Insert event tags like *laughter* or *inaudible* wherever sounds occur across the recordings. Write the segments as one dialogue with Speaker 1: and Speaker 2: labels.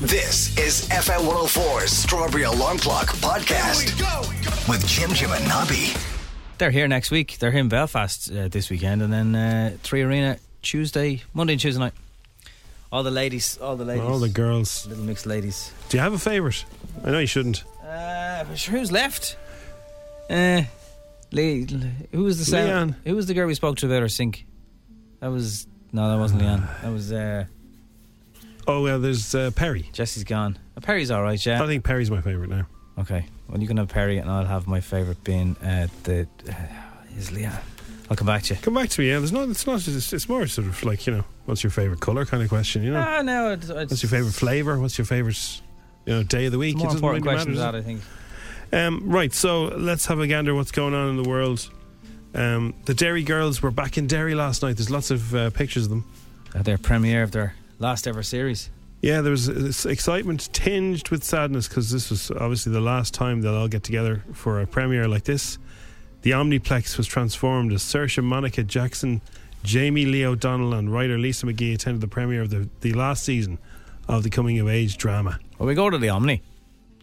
Speaker 1: This is FM 104's Strawberry Alarm Clock Podcast with Jim Jim and Nobby.
Speaker 2: They're here next week. They're here in Belfast uh, this weekend, and then uh, Three Arena Tuesday, Monday and Tuesday night. All the ladies, all the ladies,
Speaker 3: All the girls.
Speaker 2: little mixed ladies.
Speaker 3: Do you have a favourite? I know you shouldn't.
Speaker 2: Uh, I'm sure who's left? Uh, Le- Le- who was the sound?
Speaker 3: Leanne.
Speaker 2: Who was the girl we spoke to about her sink? That was no, that wasn't Leanne. That was uh,
Speaker 3: Oh, well, there's uh, Perry.
Speaker 2: Jesse's gone. Uh, Perry's all right,
Speaker 3: I
Speaker 2: yeah.
Speaker 3: think Perry's my favourite now.
Speaker 2: Okay, well you can have Perry, and I'll have my favourite being uh, the uh, is Leanne. I'll come back to you.
Speaker 3: Come back to me. Yeah, there's not. It's not. It's, it's more sort of like you know, what's your favourite colour kind of question. You know,
Speaker 2: Ah, no, it's, it's,
Speaker 3: what's your favourite flavour? What's your favourite, you know, day of the week?
Speaker 2: it's more
Speaker 3: doesn't
Speaker 2: important
Speaker 3: really
Speaker 2: question than
Speaker 3: matter,
Speaker 2: that, I think.
Speaker 3: does it? Um, right. So let's have a gander. What's going on in the world? Um, the Derry girls were back in Derry last night. There's lots of uh, pictures of them.
Speaker 2: At their premiere of their last ever series.
Speaker 3: Yeah, there was uh, s- excitement tinged with sadness because this was obviously the last time they'll all get together for a premiere like this. The Omniplex was transformed as Saoirse Monica Jackson, Jamie Lee O'Donnell, and writer Lisa McGee attended the premiere of the, the last season of the coming of age drama.
Speaker 2: Well, we go to the Omni.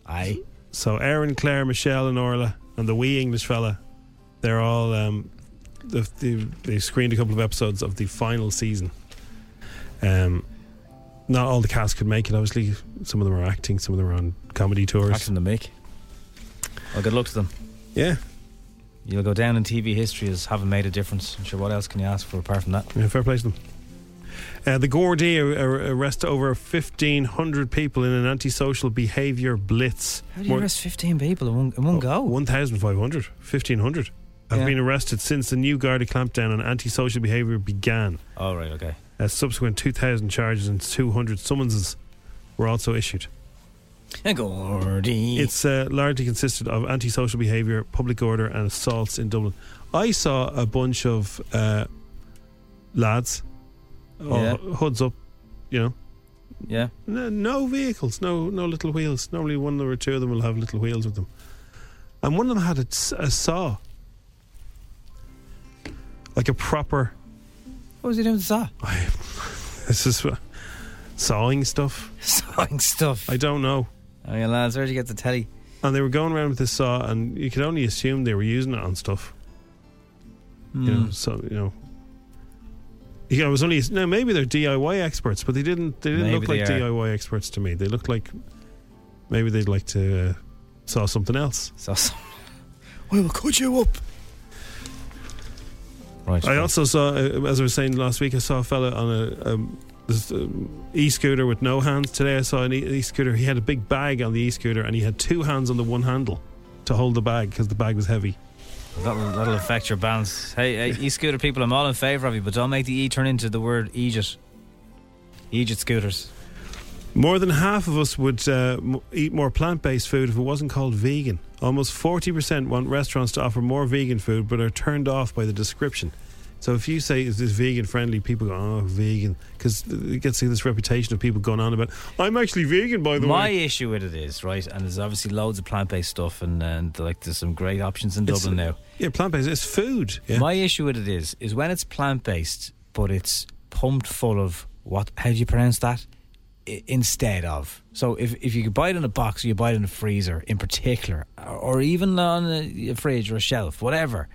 Speaker 2: Aye.
Speaker 3: So Aaron, Claire, Michelle, and Orla, and the wee English fella, they're all um, the, the, they screened a couple of episodes of the final season. Um, not all the cast could make it. Obviously, some of them are acting, some of them are on comedy tours.
Speaker 2: Pax in the mic. Well, good luck to them.
Speaker 3: Yeah,
Speaker 2: You'll go down in TV history as having made a difference. I'm sure what else can you ask for apart from that?
Speaker 3: yeah, fair play to them. Uh, the Gordy ar- ar- arrest over fifteen hundred people in an antisocial behaviour blitz. Oh,
Speaker 2: How do you arrest 15 people in one, in one go?
Speaker 3: 1,500, 1,500 have
Speaker 2: Yeah.
Speaker 3: been arrested since the new Garda clampdown on antisocial behaviour began.
Speaker 2: All right, okay.
Speaker 3: Uh, subsequent 2,000 charges and 200 summonses were also issued.
Speaker 2: Gordy.
Speaker 3: It's uh, largely consisted of antisocial behaviour, public order, and assaults in Dublin. I saw a bunch of uh, lads, all
Speaker 2: Oh, Yeah.
Speaker 3: hoods up, you know.
Speaker 2: yeah.
Speaker 3: No, no vehicles, no no little wheels. Normally, one or two of them will have little wheels with them, and one of them had a, s- a saw, like a proper.
Speaker 2: What was he doing to that?
Speaker 3: This is uh, sawing stuff.
Speaker 2: *laughs* Sawing stuff.
Speaker 3: I don't know.
Speaker 2: Oh, yeah, lads, where'd you get the telly?
Speaker 3: And they were going around with this saw, and you could only assume they were using it on stuff. You know, so you know. Yeah, I was only now. Maybe they're DIY experts, but they didn't. They didn't
Speaker 2: Maybe
Speaker 3: look
Speaker 2: they
Speaker 3: like
Speaker 2: are.
Speaker 3: DIY experts to me. They looked like maybe they'd like to uh, saw something else.
Speaker 2: So, we will cut you up. Right.
Speaker 3: I
Speaker 2: okay.
Speaker 3: also saw, uh, as I was saying last week, I saw a fella on a um, this, um, e-scooter with no hands. Today I saw an e- e-scooter. He had a big bag on the e-scooter, and he had two hands on the one handle to hold the bag because the bag was heavy.
Speaker 2: That'll, that'll affect your balance. Hey, *laughs* hey, e scooter people, I'm all in favour of you, but don't make the E turn into the word Egypt. Egypt scooters.
Speaker 3: More than half of us would uh, m- eat more plant-based food if it wasn't called vegan. Almost forty percent want restaurants to offer more vegan food, but are turned off by the description. So if you say is this vegan friendly, people go oh vegan uh, because it gets this reputation of people going on about I'm actually vegan by the
Speaker 2: My
Speaker 3: way.
Speaker 2: issue with it is right, and there's obviously loads of plant-based stuff, and, and like there's some great options in
Speaker 3: It's-
Speaker 2: Dublin now.
Speaker 3: Yeah, plant based. It's food. Yeah.
Speaker 2: My issue with it is, is when it's plant-based, but it's pumped full of what? How do you pronounce that? I- instead of. So if if you could buy it in a box, or you buy it in a freezer, in particular, or, or even on a, a fridge or a shelf, whatever.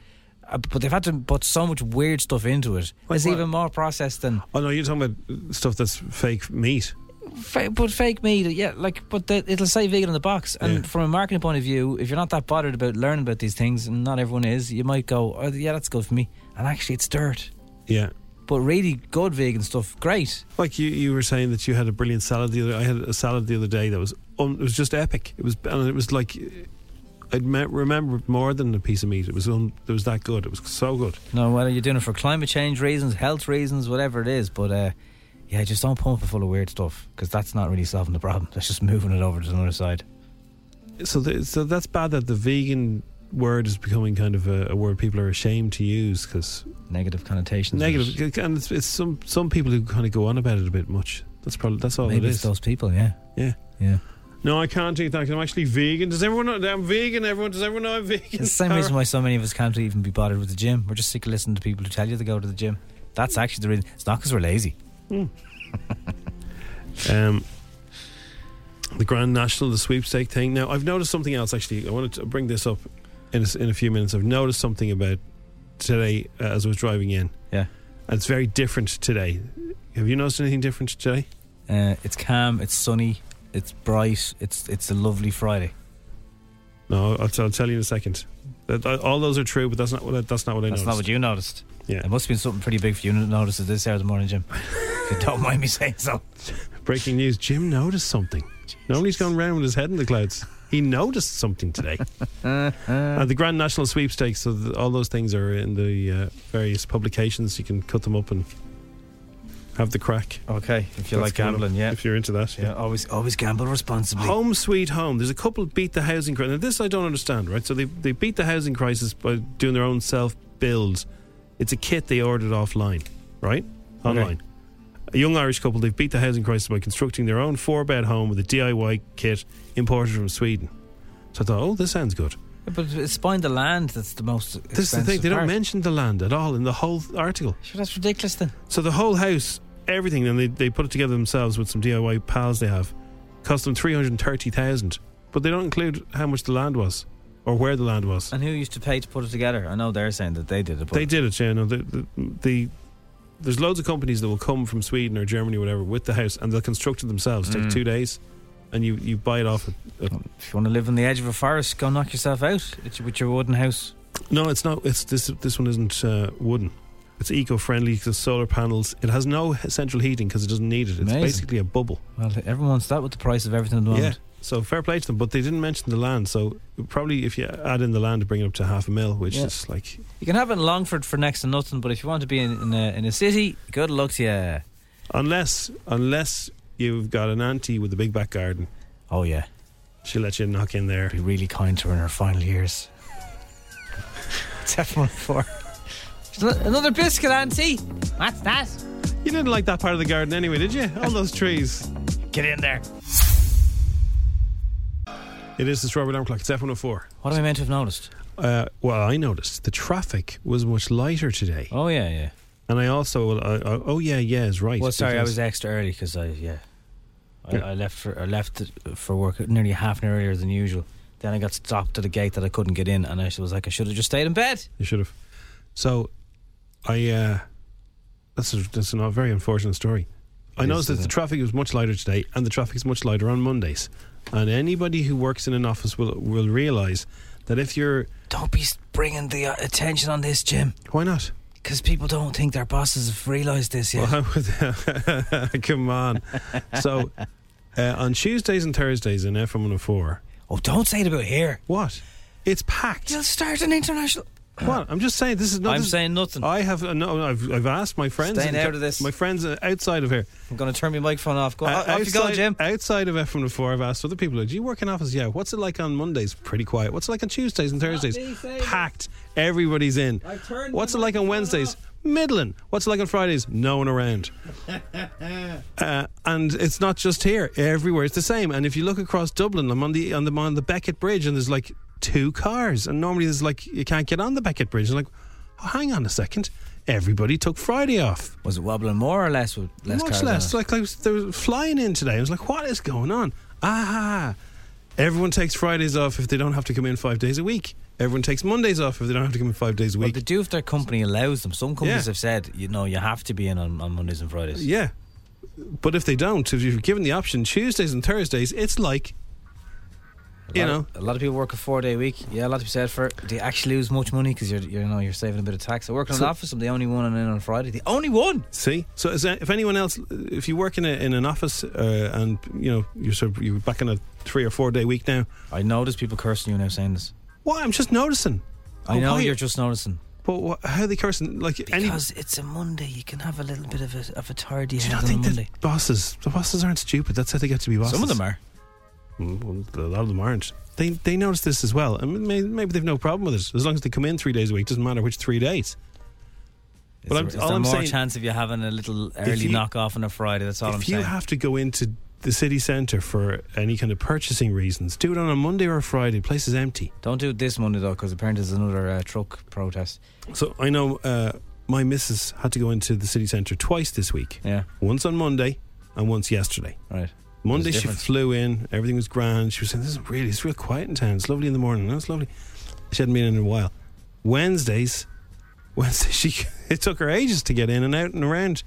Speaker 2: Uh, but they've had to put so much weird stuff into it.
Speaker 3: Like
Speaker 2: it's
Speaker 3: what?
Speaker 2: even more processed than
Speaker 3: oh no, you're talking about stuff that's fake meat.
Speaker 2: Fa- but fake meat, yeah, like, but the, it'll say vegan on the box. And
Speaker 3: Yeah.
Speaker 2: from a marketing point of view, if you're not that bothered about learning about these things, and not everyone is, you might go, oh, yeah, that's good for me. And actually, it's dirt.
Speaker 3: Yeah.
Speaker 2: But really good vegan stuff, great.
Speaker 3: Like you, you were saying that you had a brilliant salad the other. I had a salad the other day that was un, it was just epic. It was and it was like I'd me- remembered more than a piece of meat. It was un, it was that good. It was so good.
Speaker 2: No, whether you're doing it for climate change reasons, health reasons, whatever it is, but uh, yeah, just don't pump it full of weird stuff because that's not really solving the problem. That's just moving it over to another side.
Speaker 3: So the, so that's bad that the vegan word is becoming kind of a, a word people are ashamed to use because
Speaker 2: Negative connotations. which-
Speaker 3: negative and it's, it's some some people who kind of go on about it a bit much. That's probably that's all
Speaker 2: Maybe
Speaker 3: it
Speaker 2: it's
Speaker 3: is.
Speaker 2: those people, yeah.
Speaker 3: Yeah.
Speaker 2: Yeah.
Speaker 3: No, I can't eat that 'cause I'm actually vegan. Does everyone know I'm vegan? Everyone does everyone know I'm vegan?
Speaker 2: It's the same reason why so many of us can't even be bothered with the gym. We're just sick of listening to people who tell you to go to the gym. That's actually the reason. It's not because we're lazy.
Speaker 3: Um, the Grand National, the sweepstake thing. Now, I've noticed something else. Actually, I wanted to bring this up in a, s- in a few minutes. I've noticed something about today uh, as I was driving in.
Speaker 2: Yeah.
Speaker 3: and it's very different today. Have you noticed anything different today?
Speaker 2: Uh, it's calm. It's sunny. It's bright. It's it's a lovely Friday.
Speaker 3: No, I'll, t- I'll tell you in a second. That, uh, all those are true, but that's not what I, that's not what I
Speaker 2: That's
Speaker 3: noticed.
Speaker 2: not what you noticed.
Speaker 3: Yeah.
Speaker 2: It must have been something pretty big for you to notice at this hour of the
Speaker 3: *laughs*
Speaker 2: morning, Jim. if you don't mind me saying so.
Speaker 3: Breaking news: Jim noticed something. Nobody's gone round with his head in the clouds. He noticed something
Speaker 2: *laughs*
Speaker 3: today. uh, the Grand National Sweepstakes. So th all those things are in the uh, various publications. You can cut them up and have the crack.
Speaker 2: Okay. If you
Speaker 3: That's
Speaker 2: like
Speaker 3: coming up,
Speaker 2: gambling, yeah.
Speaker 3: If you're into that,
Speaker 2: Yeah. Always always gamble responsibly.
Speaker 3: Home Sweet Home. There's a couple beat the housing crisis. Now, this I don't understand, right? So they, they beat the housing crisis by doing their own self builds. It's a kit they ordered offline, right? Online. A young Irish couple, they've beat the housing crisis by constructing their own four bed home with a DIY kit imported from Sweden. So I thought, oh, this sounds good.
Speaker 2: But it's buying the land that's the most. Expensive
Speaker 3: This is the thing, they don't
Speaker 2: part.
Speaker 3: mention the land at all in the whole article.
Speaker 2: Sure, that's ridiculous then.
Speaker 3: So the whole house, everything, and they, they put it together themselves with some DIY pals they have, cost them 330,000. But they don't include how much the land was or where the land was.
Speaker 2: And who used to pay to put it together? I know they're saying that they did it. But
Speaker 3: They did it, yeah. No, the, the, the, there's loads of companies that will come from Sweden or Germany or whatever with the house and they'll construct it themselves. Take two days and you, you buy it off. At, at,
Speaker 2: If you want to live on the edge of a forest, go knock yourself out It's with your wooden house.
Speaker 3: no, it's not. It's This this one isn't uh, wooden. It's eco friendly because solar panels. It has no central heating because it doesn't need it. It's
Speaker 2: Amazing.
Speaker 3: basically a bubble.
Speaker 2: Well, everyone wants that with the price of everything at the moment.
Speaker 3: Yeah. So fair play to them, but they didn't mention the land. So probably if you add in the land, bring it up to half a mil, which
Speaker 2: Yeah.
Speaker 3: is like
Speaker 2: You can have it in Longford for next to nothing, but if you want to be in, in, a, in a city, good luck to you.
Speaker 3: unless unless you've got an auntie with a big back garden,
Speaker 2: Oh, yeah.
Speaker 3: she'll let you knock in there.
Speaker 2: Be really kind to her in her
Speaker 3: *laughs*
Speaker 2: final years. it's F104. An- Another biscuit, Auntie. What's that?
Speaker 3: You didn't like that part of the garden anyway, did you? All those trees.
Speaker 2: Get in there.
Speaker 3: It is the strawberry alarm clock. It's F one hundred four.
Speaker 2: What am I meant to have noticed?
Speaker 3: Uh, well, I noticed the traffic was much lighter today,
Speaker 2: Oh, yeah, yeah.
Speaker 3: and I also I, I, oh yeah yeah is right.
Speaker 2: Well, sorry, I
Speaker 3: because-
Speaker 2: was extra early because I yeah, I,
Speaker 3: Yeah.
Speaker 2: I left for I left for work nearly half an hour earlier than usual. Then I got stopped at a gate that I couldn't get in, and I was like, I should have just stayed in bed.
Speaker 3: You should have. So, I uh, that's a, that's a very unfortunate story. I
Speaker 2: is,
Speaker 3: noticed that the
Speaker 2: isn't it?
Speaker 3: traffic was much lighter today, and the traffic is much lighter on Mondays. And anybody who works in an office will will realize that if you're
Speaker 2: Don't be bringing the uh, attention on this, Jim,
Speaker 3: why not?
Speaker 2: because people don't think their bosses have realised this yet.
Speaker 3: Well, I would, *laughs* come on.
Speaker 2: *laughs*
Speaker 3: so, uh, on Tuesdays and Thursdays in FM 104,
Speaker 2: oh, don't say it about here.
Speaker 3: what? It's packed.
Speaker 2: You'll start an international.
Speaker 3: What? I'm just saying this is not.
Speaker 2: I'm
Speaker 3: this is-
Speaker 2: saying nothing.
Speaker 3: I have uh, no. I've, I've asked my friends.
Speaker 2: Staying
Speaker 3: in-
Speaker 2: out of this.
Speaker 3: My friends uh, outside of here.
Speaker 2: I'm going to turn my microphone off. Go,
Speaker 3: Uh,
Speaker 2: off you go, Jim.
Speaker 3: Outside of FM the Four, I've asked other people, "Do you work in office? Yeah. What's it like on Mondays? Pretty quiet. What's it like on Tuesdays and Thursdays?
Speaker 2: me saying
Speaker 3: *laughs* Packed. Everybody's in.
Speaker 2: I've turned
Speaker 3: What's it
Speaker 2: the
Speaker 3: like on
Speaker 2: microphone
Speaker 3: Wednesdays?
Speaker 2: off.
Speaker 3: Middling. What's it like on Fridays? No one around. uh, and it's not just here. Everywhere it's the same. And if you look across Dublin, I'm on the on the on the Beckett Bridge, and there's like two cars, and normally there's like you can't get on the Beckett Bridge. And like, oh, hang on a second. Everybody took Friday off.
Speaker 2: Was it wobbling more or less with less
Speaker 3: Much
Speaker 2: cars on
Speaker 3: less.
Speaker 2: it?
Speaker 3: Like, like they were flying in today. I was like, what is going on? Ah, everyone takes Fridays off if they don't have to come in five days a week. Everyone takes Mondays off if they don't have to come in five days a
Speaker 2: Well,
Speaker 3: week.
Speaker 2: they do if their company allows them. Some companies
Speaker 3: Yeah.
Speaker 2: have said, you know, you have to be in on, on Mondays and Fridays.
Speaker 3: yeah. But if they don't, if you're given the option Tuesdays and Thursdays, it's like,
Speaker 2: A lot
Speaker 3: you know,
Speaker 2: of- a lot of people work a four-day week. Yeah, a lot of people said for it. do you actually lose much money because you're, you're, you know, you're saving a bit of tax. I work in an
Speaker 3: So-
Speaker 2: office. I'm the only one in on Friday. The only one.
Speaker 3: See, so is that, if anyone else, if you work in, a, in an office uh, and you know you're sort of, you're back in a three or four day week now,
Speaker 2: I know there's people cursing you now saying this.
Speaker 3: why? I'm just noticing.
Speaker 2: I
Speaker 3: Oh,
Speaker 2: know
Speaker 3: why?
Speaker 2: you're just noticing
Speaker 3: But what, how are they cursing? Like any,
Speaker 2: because it's a Monday. You can have a little bit of a, of a tardy
Speaker 3: Do you
Speaker 2: head
Speaker 3: not
Speaker 2: on a
Speaker 3: think
Speaker 2: Monday.
Speaker 3: that bosses, the bosses aren't stupid? That's how they get to be bosses.
Speaker 2: Some of them are.
Speaker 3: Mm, well, a lot of them aren't. They they notice this as well, and may, maybe they've no problem with it as long as they come in three days a week. Doesn't matter which three days.
Speaker 2: Is
Speaker 3: Well,
Speaker 2: there,
Speaker 3: I'm-
Speaker 2: is
Speaker 3: all
Speaker 2: there
Speaker 3: I'm
Speaker 2: more
Speaker 3: saying-
Speaker 2: chance of you having a little early
Speaker 3: you-
Speaker 2: knock off on a Friday? That's all
Speaker 3: if
Speaker 2: I'm
Speaker 3: you
Speaker 2: saying.
Speaker 3: have to go into the city centre for any kind of purchasing reasons, do it on a Monday or a Friday. Place is empty.
Speaker 2: Don't do it this Monday though, because apparently there's another uh, truck protest.
Speaker 3: So I know uh, my missus had to go into the city centre twice this week.
Speaker 2: Yeah,
Speaker 3: Once on Monday and once yesterday.
Speaker 2: right.
Speaker 3: Monday
Speaker 2: There's a
Speaker 3: she
Speaker 2: difference.
Speaker 3: flew in, everything was grand. She was saying, This is really, it's real quiet in town. It's lovely in the morning. No, it's lovely. She hadn't been in in a while. Wednesdays, *laughs* Wednesday, she *laughs* it took her ages to get in and out and around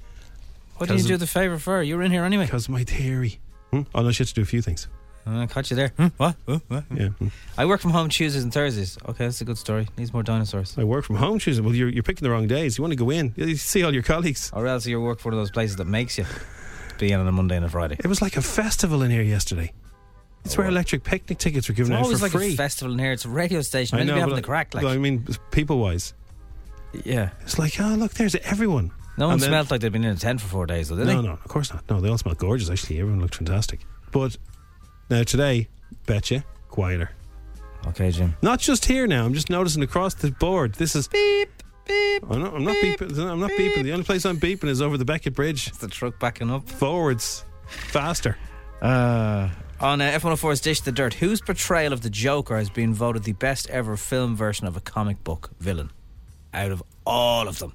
Speaker 2: What did you
Speaker 3: Cousin-
Speaker 2: do the favour for? You were in here anyway.
Speaker 3: because of my theory. Hmm? Oh no, she had to do a few things.
Speaker 2: I caught you there. Hmm, What? Huh, huh, huh.
Speaker 3: Yeah, hmm.
Speaker 2: I work from home Tuesdays and Thursdays. Okay, that's a good story. Needs more dinosaurs.
Speaker 3: I work from home. She's well, you're, you're picking the wrong days. You want to go in, you see all your colleagues.
Speaker 2: Or else you work for one of those places that makes you be in on a Monday and a Friday.
Speaker 3: It was like a festival in here yesterday. It's
Speaker 2: Oh,
Speaker 3: where
Speaker 2: wow.
Speaker 3: electric picnic tickets were
Speaker 2: It's
Speaker 3: given out for
Speaker 2: always like
Speaker 3: free.
Speaker 2: a festival in here. It's a radio station. I know, having
Speaker 3: but
Speaker 2: a crack. Like,
Speaker 3: I mean, people wise,
Speaker 2: yeah,
Speaker 3: it's like, oh look, there's everyone.
Speaker 2: no one
Speaker 3: And then-
Speaker 2: smelled like they'd been in a tent for four days, though, did
Speaker 3: no,
Speaker 2: they?
Speaker 3: no, of course not. No, they all smell gorgeous. Actually, everyone looked fantastic. But now today, betcha, quieter.
Speaker 2: Okay, Jim.
Speaker 3: Not just here now. I'm just noticing across the board. This is beep beep. I'm not, I'm not beeping. I'm not beeping. The only place I'm beeping is over the Beckett Bridge.
Speaker 2: It's the truck backing up.
Speaker 3: Forwards, faster.
Speaker 2: Uh, on uh, F104's Dish the Dirt, whose portrayal of the Joker has been voted the best ever film version of a comic book villain out of all of them?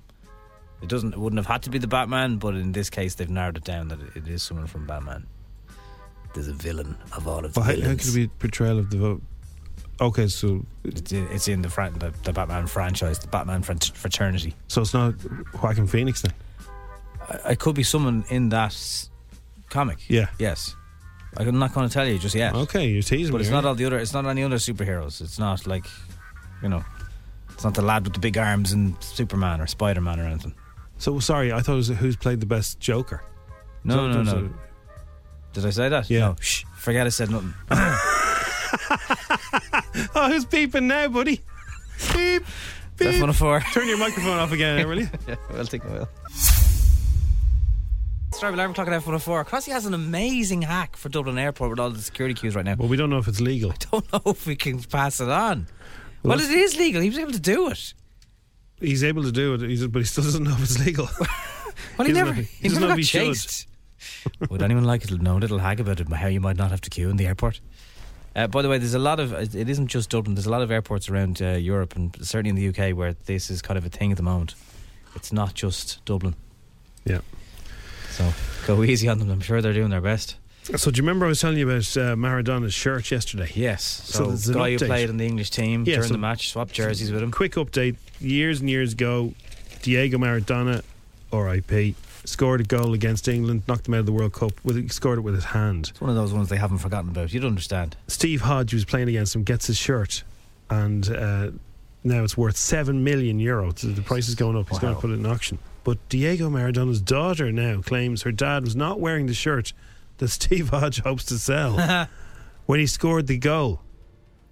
Speaker 2: It doesn't. It wouldn't have had to be the Batman, but in this case, they've narrowed it down that it- it is someone from Batman. There's a villain of all of the
Speaker 3: But how, how
Speaker 2: villains.
Speaker 3: could it be a portrayal of the vote? Okay, so
Speaker 2: It's in, it's in the, fran- the the Batman franchise, the Batman fran- fraternity.
Speaker 3: so it's not Joaquin Phoenix then.
Speaker 2: I, I could be someone in that s- comic.
Speaker 3: Yeah.
Speaker 2: Yes. I'm not going to tell you just yet.
Speaker 3: Okay, you're teasing
Speaker 2: But
Speaker 3: me.
Speaker 2: it's
Speaker 3: aren't
Speaker 2: not all the other. It's not any other superheroes. It's not like, you know, it's not the lad with the big arms and Superman or Spider Man or anything.
Speaker 3: you? So sorry, I thought it was who's played the best Joker.
Speaker 2: No,
Speaker 3: So-
Speaker 2: no,
Speaker 3: so-
Speaker 2: no. Did I say that?
Speaker 3: Yeah.
Speaker 2: No. Shh. Forget I
Speaker 3: *laughs*
Speaker 2: said nothing.
Speaker 3: Oh, who's beeping now, buddy? *laughs* Beep.
Speaker 2: That's
Speaker 3: beep.
Speaker 2: one of four.
Speaker 3: Turn your microphone off again, will you?
Speaker 2: *laughs* yeah, well, take my will. Strike alarm clock at F104. Crossy has an amazing hack for Dublin Airport with all the security queues right now.
Speaker 3: Well, we don't know if it's
Speaker 2: *laughs*
Speaker 3: legal.
Speaker 2: Don't know if we can pass it on.
Speaker 3: Well,
Speaker 2: Well, it is legal. He was able to do it.
Speaker 3: He's able to do it, he's- but he still doesn't know if it's legal.
Speaker 2: *laughs* Well,
Speaker 3: He's
Speaker 2: he never,
Speaker 3: not-
Speaker 2: he,
Speaker 3: he's
Speaker 2: never
Speaker 3: not
Speaker 2: got
Speaker 3: be showed.
Speaker 2: chased. *laughs* Would anyone like to know a little hag about it, how you might not have to queue in the airport? Uh, by the way, there's a lot of, it it isn't just Dublin, there's a lot of airports around uh, Europe and certainly in the UK where this is kind of a thing at the moment. It's not just Dublin.
Speaker 3: yeah.
Speaker 2: So go easy on them. I'm sure they're doing their best.
Speaker 3: So do you remember I was telling you about uh, Maradona's shirt yesterday?
Speaker 2: Yes.
Speaker 3: So
Speaker 2: So,
Speaker 3: there's an
Speaker 2: guy who
Speaker 3: update.
Speaker 2: played in the English team
Speaker 3: Yeah,
Speaker 2: during
Speaker 3: so-
Speaker 2: the match, swapped jerseys with him.
Speaker 3: Quick update: years and years ago, Diego Maradona, R.I.P., scored a goal against England, knocked them out of the World Cup. With he scored it with his hand.
Speaker 2: It's one of those ones they haven't forgotten about. You'd understand.
Speaker 3: Steve Hodge was playing against him, gets his shirt, and uh, now it's worth seven million euro. So the price is going up. He's going
Speaker 2: Wow.
Speaker 3: to put it in auction. But Diego Maradona's daughter now claims her dad was not wearing the shirt that *laughs* Steve Hodge hopes to
Speaker 2: *laughs*
Speaker 3: sell when he scored the goal,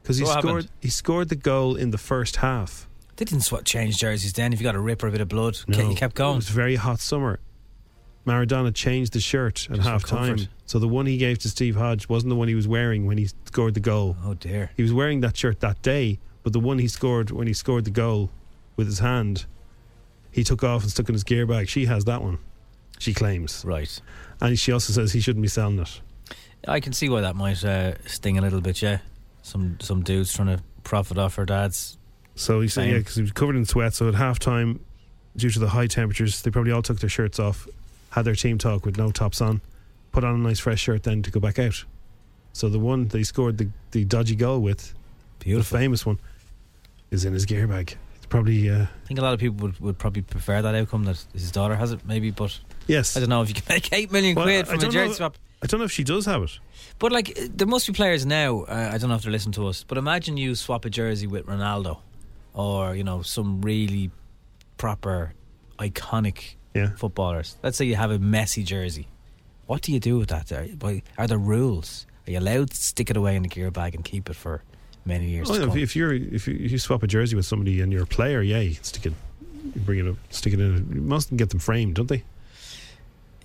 Speaker 3: because he
Speaker 2: So what
Speaker 3: scored
Speaker 2: happened?
Speaker 3: he scored the goal in the first half.
Speaker 2: They didn't sw- change jerseys then. If you got a rip or a bit of blood,
Speaker 3: No.
Speaker 2: you kept
Speaker 3: It
Speaker 2: going.
Speaker 3: was a very hot summer. Maradona changed the shirt at
Speaker 2: Just for
Speaker 3: half time.
Speaker 2: comfort.
Speaker 3: So the one he gave to Steve Hodge wasn't the one he was wearing when he scored the goal.
Speaker 2: Oh dear.
Speaker 3: He was wearing that shirt that day, but the one he scored when he scored the goal with his hand, he took off and stuck in his gear bag. She has that one, she claims.
Speaker 2: Right.
Speaker 3: And she also says he shouldn't be selling it.
Speaker 2: I can see why that might uh, sting a little bit. Yeah, some some dudes trying to profit off her dad's.
Speaker 3: So he said,
Speaker 2: Same.
Speaker 3: yeah, because he was covered in sweat. So at halftime, due to the high temperatures, they probably all took their shirts off, had their team talk with no tops on, put on a nice fresh shirt then to go back out. So the one they scored the, the dodgy goal with,
Speaker 2: Beautiful.
Speaker 3: the famous one, is in his gear bag. It's probably, uh,
Speaker 2: I think a lot of people would, would probably prefer that outcome that his daughter has it, maybe. But
Speaker 3: yes.
Speaker 2: I don't know if you can make eight million
Speaker 3: Well,
Speaker 2: quid
Speaker 3: I
Speaker 2: from a
Speaker 3: don't
Speaker 2: jersey
Speaker 3: know-
Speaker 2: swap.
Speaker 3: I don't know if she does have it.
Speaker 2: But like, uh, there must be players now. Uh, I don't know if they're listening to us, but imagine you swap a jersey with Ronaldo, or you know some really proper, iconic
Speaker 3: Yeah.
Speaker 2: footballers. Let's say you have a messy jersey. What do you do with that? Are, why- are there rules? Are you allowed to stick it away in the gear bag and keep it for many years?
Speaker 3: Oh,
Speaker 2: to
Speaker 3: yeah, if,
Speaker 2: come?
Speaker 3: if you're if you, if you swap a jersey with somebody and you're a player, yeah, you can stick it, you bring it up, stick it in. You must get them framed, don't they?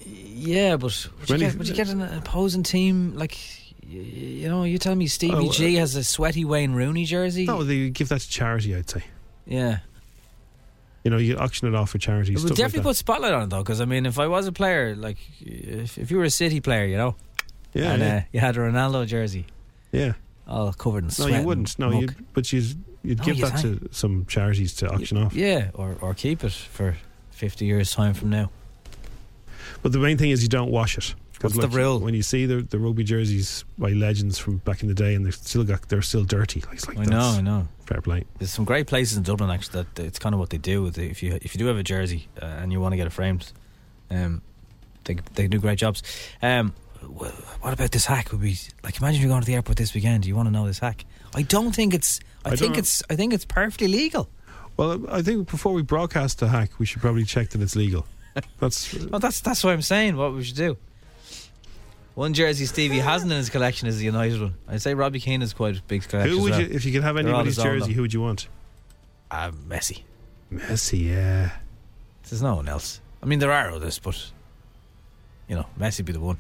Speaker 2: yeah, but would you,
Speaker 3: Many-
Speaker 2: get, would you get an opposing team like? y- You know, you tell me Stevie
Speaker 3: Oh, uh,
Speaker 2: G has a sweaty Wayne Rooney jersey.
Speaker 3: No, they give that to charity. I'd say.
Speaker 2: Yeah,
Speaker 3: You know, you auction it off for charity.
Speaker 2: it would
Speaker 3: stuff
Speaker 2: definitely
Speaker 3: like
Speaker 2: put spotlight on it though, because I mean, if I was a player, like if, if you were a City player, you know,
Speaker 3: that. Yeah,
Speaker 2: and
Speaker 3: yeah,
Speaker 2: Uh, you had a Ronaldo jersey,
Speaker 3: yeah.
Speaker 2: all covered in
Speaker 3: No,
Speaker 2: sweat.
Speaker 3: you
Speaker 2: and
Speaker 3: wouldn't. No,
Speaker 2: muck.
Speaker 3: you'd, but you'd you'd
Speaker 2: No,
Speaker 3: give
Speaker 2: you'd
Speaker 3: that to some charities to auction off.
Speaker 2: Yeah, or or keep it for fifty years time from now.
Speaker 3: But the main thing is you don't wash it. 'Cause
Speaker 2: What's the rule?
Speaker 3: When you see the, the rugby jerseys by legends from back in the day, and they've still got they're still dirty. Like, it's like
Speaker 2: I
Speaker 3: that's
Speaker 2: know, I know.
Speaker 3: Fair play.
Speaker 2: There's some great places in Dublin actually that it's kind of what they do. They- If you if you do have a jersey uh, and you want to get it framed, um, they they do great jobs. Um, wh- what about this hack? Would be like imagine you're going to the airport this weekend. You want to know this hack? I don't think it's.
Speaker 3: I
Speaker 2: I,
Speaker 3: don't
Speaker 2: think
Speaker 3: know.
Speaker 2: it's. I think it's perfectly legal.
Speaker 3: Well, I think before we broadcast the hack, we should probably check that it's legal. That's
Speaker 2: Well, that's that's what I'm saying. What we should do. One jersey Stevie hasn't in his collection is the United one. I'd say Robbie Keane is quite a big collection.
Speaker 3: Who would
Speaker 2: as well.
Speaker 3: you, if you could have
Speaker 2: They're all
Speaker 3: anybody's
Speaker 2: his own,
Speaker 3: jersey,
Speaker 2: though.
Speaker 3: who would you want?
Speaker 2: Ah, Messi.
Speaker 3: Messi, yeah.
Speaker 2: There's no one else. I mean, there are others, but you know, Messi would be the one.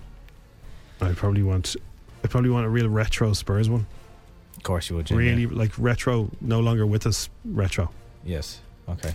Speaker 3: I probably want. I probably want a real retro Spurs one.
Speaker 2: Of course, you would. Jim,
Speaker 3: really,
Speaker 2: yeah.
Speaker 3: like retro, no longer with us. Retro.
Speaker 2: Yes. Okay.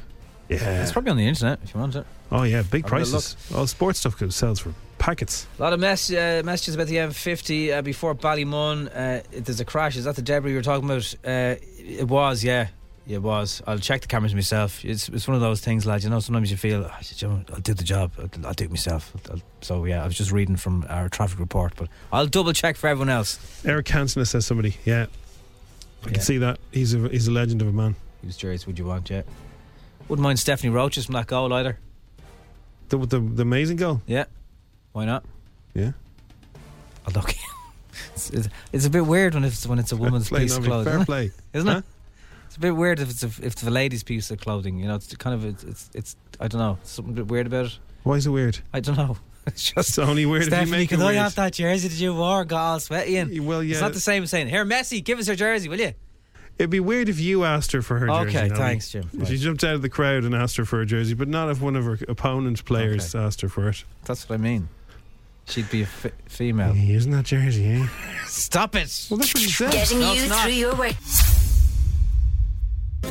Speaker 3: Yeah.
Speaker 2: It's probably on the internet if you want it.
Speaker 3: Oh yeah, big
Speaker 2: I'll have a
Speaker 3: prices. All sports stuff goes sells for packets.
Speaker 2: A lot of mess, uh, messages about the M50 uh, before Ballymun. Uh, if there's a crash. Is that the debris you were talking about? Uh, it was, yeah. It was. I'll check the cameras myself. It's it's one of those things, lad. You know, sometimes you feel, "Ah, you know, I'll do the job. I'll, I'll do it myself. I'll- so, yeah, I was just reading from our traffic report, but I'll double check for everyone else.
Speaker 3: Eric Cantona says somebody. Yeah, I
Speaker 2: Yeah.
Speaker 3: can see that. He's a he's a legend of a man.
Speaker 2: Whose jerseys would you want, yeah? Wouldn't mind Stephanie Roaches from that goal either.
Speaker 3: The the, the amazing goal.
Speaker 2: Yeah. Why not?
Speaker 3: Yeah.
Speaker 2: Although, it's, it's, it's a bit weird when it's, when it's a woman's
Speaker 3: Fair play,
Speaker 2: piece of
Speaker 3: Nobby,
Speaker 2: clothing.
Speaker 3: Fair play.
Speaker 2: *laughs* isn't it?
Speaker 3: Huh?
Speaker 2: It's a bit weird if it's a, if it's a lady's piece of clothing. You know, it's kind of it's it's, it's I don't know something a bit weird about it.
Speaker 3: Why is it weird?
Speaker 2: I don't know. *laughs* It's just
Speaker 3: It's only weird if you
Speaker 2: Stephanie,
Speaker 3: make it
Speaker 2: could I have
Speaker 3: weird.
Speaker 2: that jersey that you wore? Got all sweaty in.
Speaker 3: Well, yeah,
Speaker 2: It's not the same as saying, "Here, Messi, give us your jersey, will you?"
Speaker 3: It'd be weird if you asked her for her
Speaker 2: Okay,
Speaker 3: jersey. Nobby.
Speaker 2: thanks, Jim.
Speaker 3: If
Speaker 2: Right.
Speaker 3: you jumped out of the crowd and asked her for a jersey, but not if one of her opponent players asked her for it.
Speaker 2: That's what I mean. She'd be a f- female.
Speaker 3: Hey, isn't that jersey, eh?
Speaker 2: *laughs* Stop it!
Speaker 3: Well, that's what he said.
Speaker 4: Getting
Speaker 2: No, it's
Speaker 4: you
Speaker 2: not.
Speaker 4: through your work.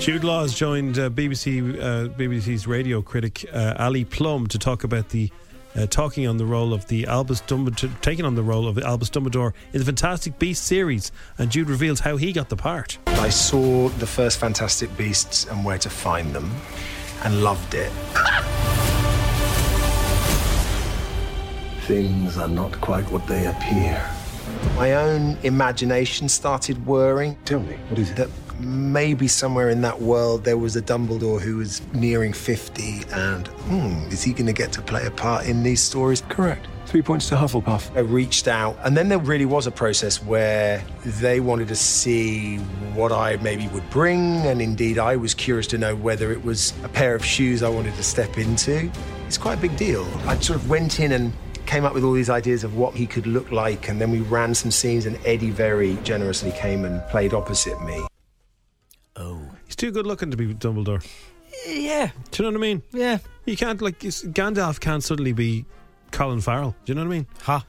Speaker 3: Jude Law has joined uh, BBC, uh, BBC's radio critic uh, Ali Plum to talk about the uh, talking on the role of the Albus Dumbledore, taking on the role of Albus Dumbledore in the Fantastic Beasts series, and Jude reveals how he got the part.
Speaker 5: I saw the first Fantastic Beasts and where to find them and loved it.
Speaker 1: Things are not quite what they appear.
Speaker 5: My own imagination started whirring. Tell me, what is it? That maybe somewhere in that world there was a Dumbledore who was nearing 50 and, hmm, is he going to get to play a part in these stories? Correct.
Speaker 6: Three points to Hufflepuff.
Speaker 5: I reached out, and then there really was a process where they wanted to see what I maybe would bring, and indeed I was curious to know whether it was a pair of shoes I wanted to step into. It's quite a big deal. I sort of went in and came up with all these ideas of what he could look like, and then we ran some scenes, and Eddie very generously came and played opposite me.
Speaker 2: Oh,
Speaker 3: He's He's too good looking to be Dumbledore.
Speaker 2: Yeah,
Speaker 3: Do you know what I mean?
Speaker 2: yeah.
Speaker 3: You can't like it's- Gandalf can't suddenly be Colin Farrell. Do you know what I mean?
Speaker 2: Ha.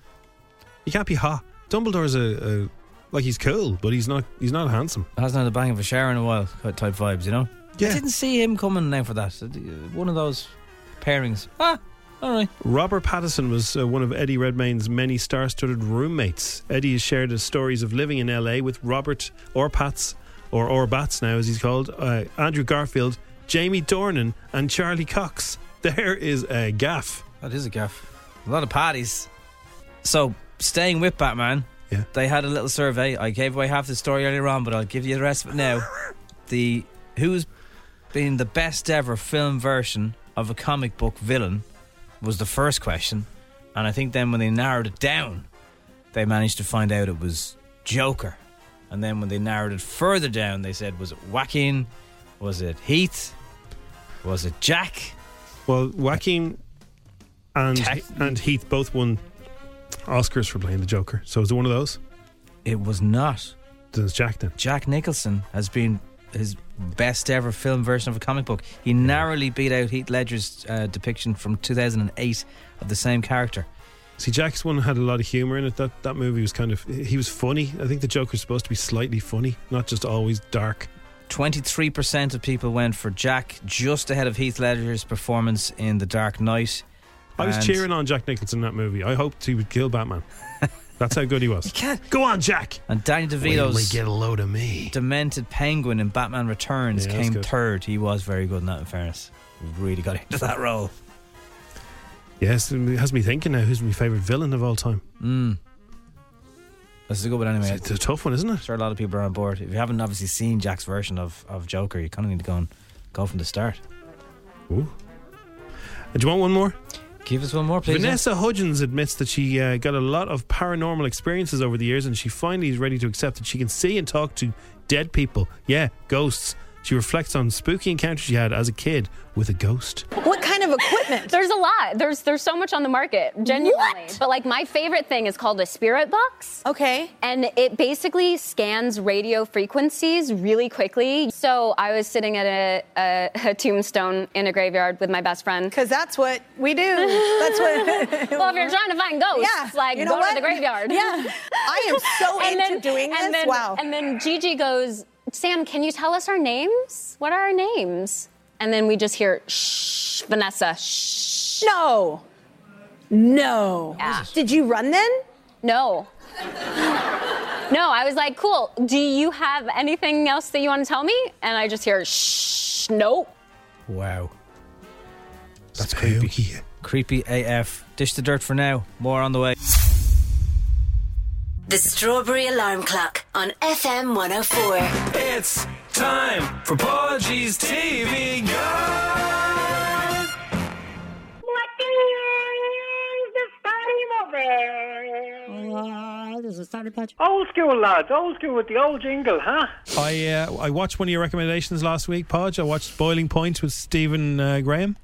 Speaker 3: You can't be ha. Dumbledore's a, a like he's cool, but he's not he's not handsome.
Speaker 2: Hasn't had a bang of a shower in a while type vibes, you know? I
Speaker 3: Yeah.
Speaker 2: didn't see him coming now for that. One of those pairings. Ah, all right.
Speaker 3: Robert Pattinson was uh, one of Eddie Redmayne's many star-studded roommates. Eddie has shared his stories of living in LA with Robert or Pats or or Bats now as he's called, uh, Andrew Garfield, Jamie Dornan, and Charlie Cox. There is a gaff.
Speaker 2: That is a gaff. A lot of parties. So, staying with Batman,
Speaker 3: Yeah.
Speaker 2: they had a little survey. I gave away half the story earlier on, but I'll give you the rest of it now. the who's been the best ever film version of a comic book villain was the first question, and I think then when they narrowed it down, they managed to find out it was Joker, and then when they narrowed it further down, they said was it Joaquin, was it Heath, was it Jack?
Speaker 3: Well, Joaquin and
Speaker 2: Tech-
Speaker 3: and Heath both won Oscars for playing the Joker. So is it one of those?
Speaker 2: It was not.
Speaker 3: Then it's Jack then.
Speaker 2: Jack Nicholson has been his best ever film version of a comic book. He narrowly beat out Heath Ledger's uh, depiction from 2008 of the same character.
Speaker 3: See, Jack's one had a lot of humor in it. That that movie was kind of he was funny. I think the Joker's supposed to be slightly funny, not just always dark.
Speaker 2: 23% of people went for Jack, just ahead of Heath Ledger's performance in The Dark Knight.
Speaker 3: I was
Speaker 2: And-
Speaker 3: cheering *laughs* on Jack Nicholson in that movie. I hoped he would kill
Speaker 2: *laughs*
Speaker 3: Batman. That's how good he was.
Speaker 2: can't-
Speaker 3: Go on, Jack.
Speaker 2: And Danny DeVito's
Speaker 3: a load of me.
Speaker 2: demented penguin in Batman Returns
Speaker 3: Yeah, that's
Speaker 2: came
Speaker 3: good.
Speaker 2: third. He was very good in that, in fairness. Really got into that role.
Speaker 3: Yes, it has me thinking now. Who's my favorite villain of all time?
Speaker 2: Mm. This is a good one anyway.
Speaker 3: It's a tough one, isn't it?
Speaker 2: sure a lot of people are on board. If you haven't obviously seen Jack's version of, of Joker, you kind of need to go and go from the start.
Speaker 3: Ooh. Uh, Do you want one more?
Speaker 2: Give us one more, please.
Speaker 3: Vanessa Hudgens admits that she uh, got a lot of paranormal experiences over the years and she finally is ready to accept that she can see and talk to dead people. Yeah, ghosts. She reflects on spooky encounters she had as a kid with a ghost.
Speaker 4: What kind of equipment?
Speaker 6: *laughs* There's a lot. There's there's so much on the market, genuinely.
Speaker 4: What?
Speaker 6: But like my favorite thing is called a spirit box.
Speaker 4: Okay.
Speaker 6: And it basically scans radio frequencies really quickly. So I was sitting at a, a, a tombstone in a graveyard with my best friend.
Speaker 4: Because that's what we do. That's
Speaker 6: *laughs*
Speaker 4: what.
Speaker 6: *laughs* Well, if you're trying to find ghosts,
Speaker 4: yeah.
Speaker 6: like
Speaker 4: you know
Speaker 6: go
Speaker 4: what?
Speaker 6: to the graveyard. *laughs*
Speaker 4: Yeah. I am so into doing this.
Speaker 6: and Then,
Speaker 4: wow.
Speaker 6: And then Gigi goes, Sam, can you tell us our names? What are our names? And then we just hear, shh, Vanessa, shh.
Speaker 4: no. No.
Speaker 6: Yeah.
Speaker 4: Did you run then?
Speaker 6: No. no, I was like, cool. Do you have anything else that you want to tell me? And I just hear, shh, nope.
Speaker 2: Wow.
Speaker 3: That's creepy.
Speaker 2: Creepy AF. Dish the dirt for now. More on the way.
Speaker 7: The Strawberry Alarm Clock on FM 104.
Speaker 8: It's time for Podgy's TV Guide. Old school, lads. Old school with the old jingle, huh?
Speaker 3: I uh, I watched one of your recommendations last week, Podge. I watched Boiling Point with Stephen uh, Graham.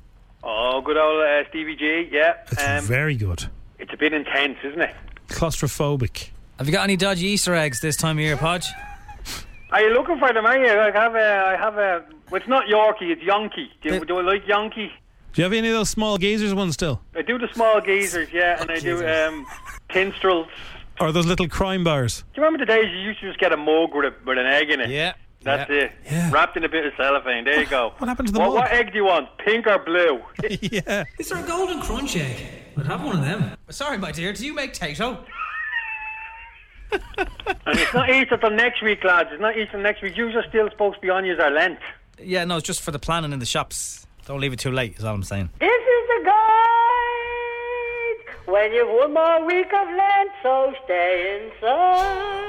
Speaker 8: Oh, good old uh, Stevie G. Yeah. um,
Speaker 3: It's very good.
Speaker 8: it's a bit intense, isn't it?
Speaker 3: Claustrophobic.
Speaker 2: Have you got any dodgy Easter eggs this time of year, Podge?
Speaker 8: Are you looking for them? Are you? I have a. I have a. Well, it's not Yorkie. It's Yonkie. Do,
Speaker 2: But-
Speaker 8: do I like Yonkie?
Speaker 3: Do you have any of those small geezers ones still?
Speaker 8: I do the small geezers, yeah, and I do um, tinstrels.
Speaker 3: Or those little crime bars?
Speaker 8: Do you remember the days you used to just get a mug with, a, with an egg in it?
Speaker 2: Yeah.
Speaker 8: That's
Speaker 2: Yeah.
Speaker 8: it.
Speaker 3: Yeah.
Speaker 8: Wrapped in a bit of cellophane. There you go.
Speaker 3: What happened to the
Speaker 8: what,
Speaker 3: mug?
Speaker 8: What egg do you want? Pink or
Speaker 3: *laughs*
Speaker 8: blue?
Speaker 3: yeah.
Speaker 2: Is there a golden crunch egg? I'd have one of them. Sorry, my dear. Do you make tato?
Speaker 8: *laughs* and it's not Easter till next week, lads. It's not Easter next week. You are still supposed to be on yours our Lent.
Speaker 2: Yeah, no, it's just for the planning in the shops. Don't leave it too late, is all I'm saying.
Speaker 9: This is the guide. When you've one more week of Lent, so stay inside.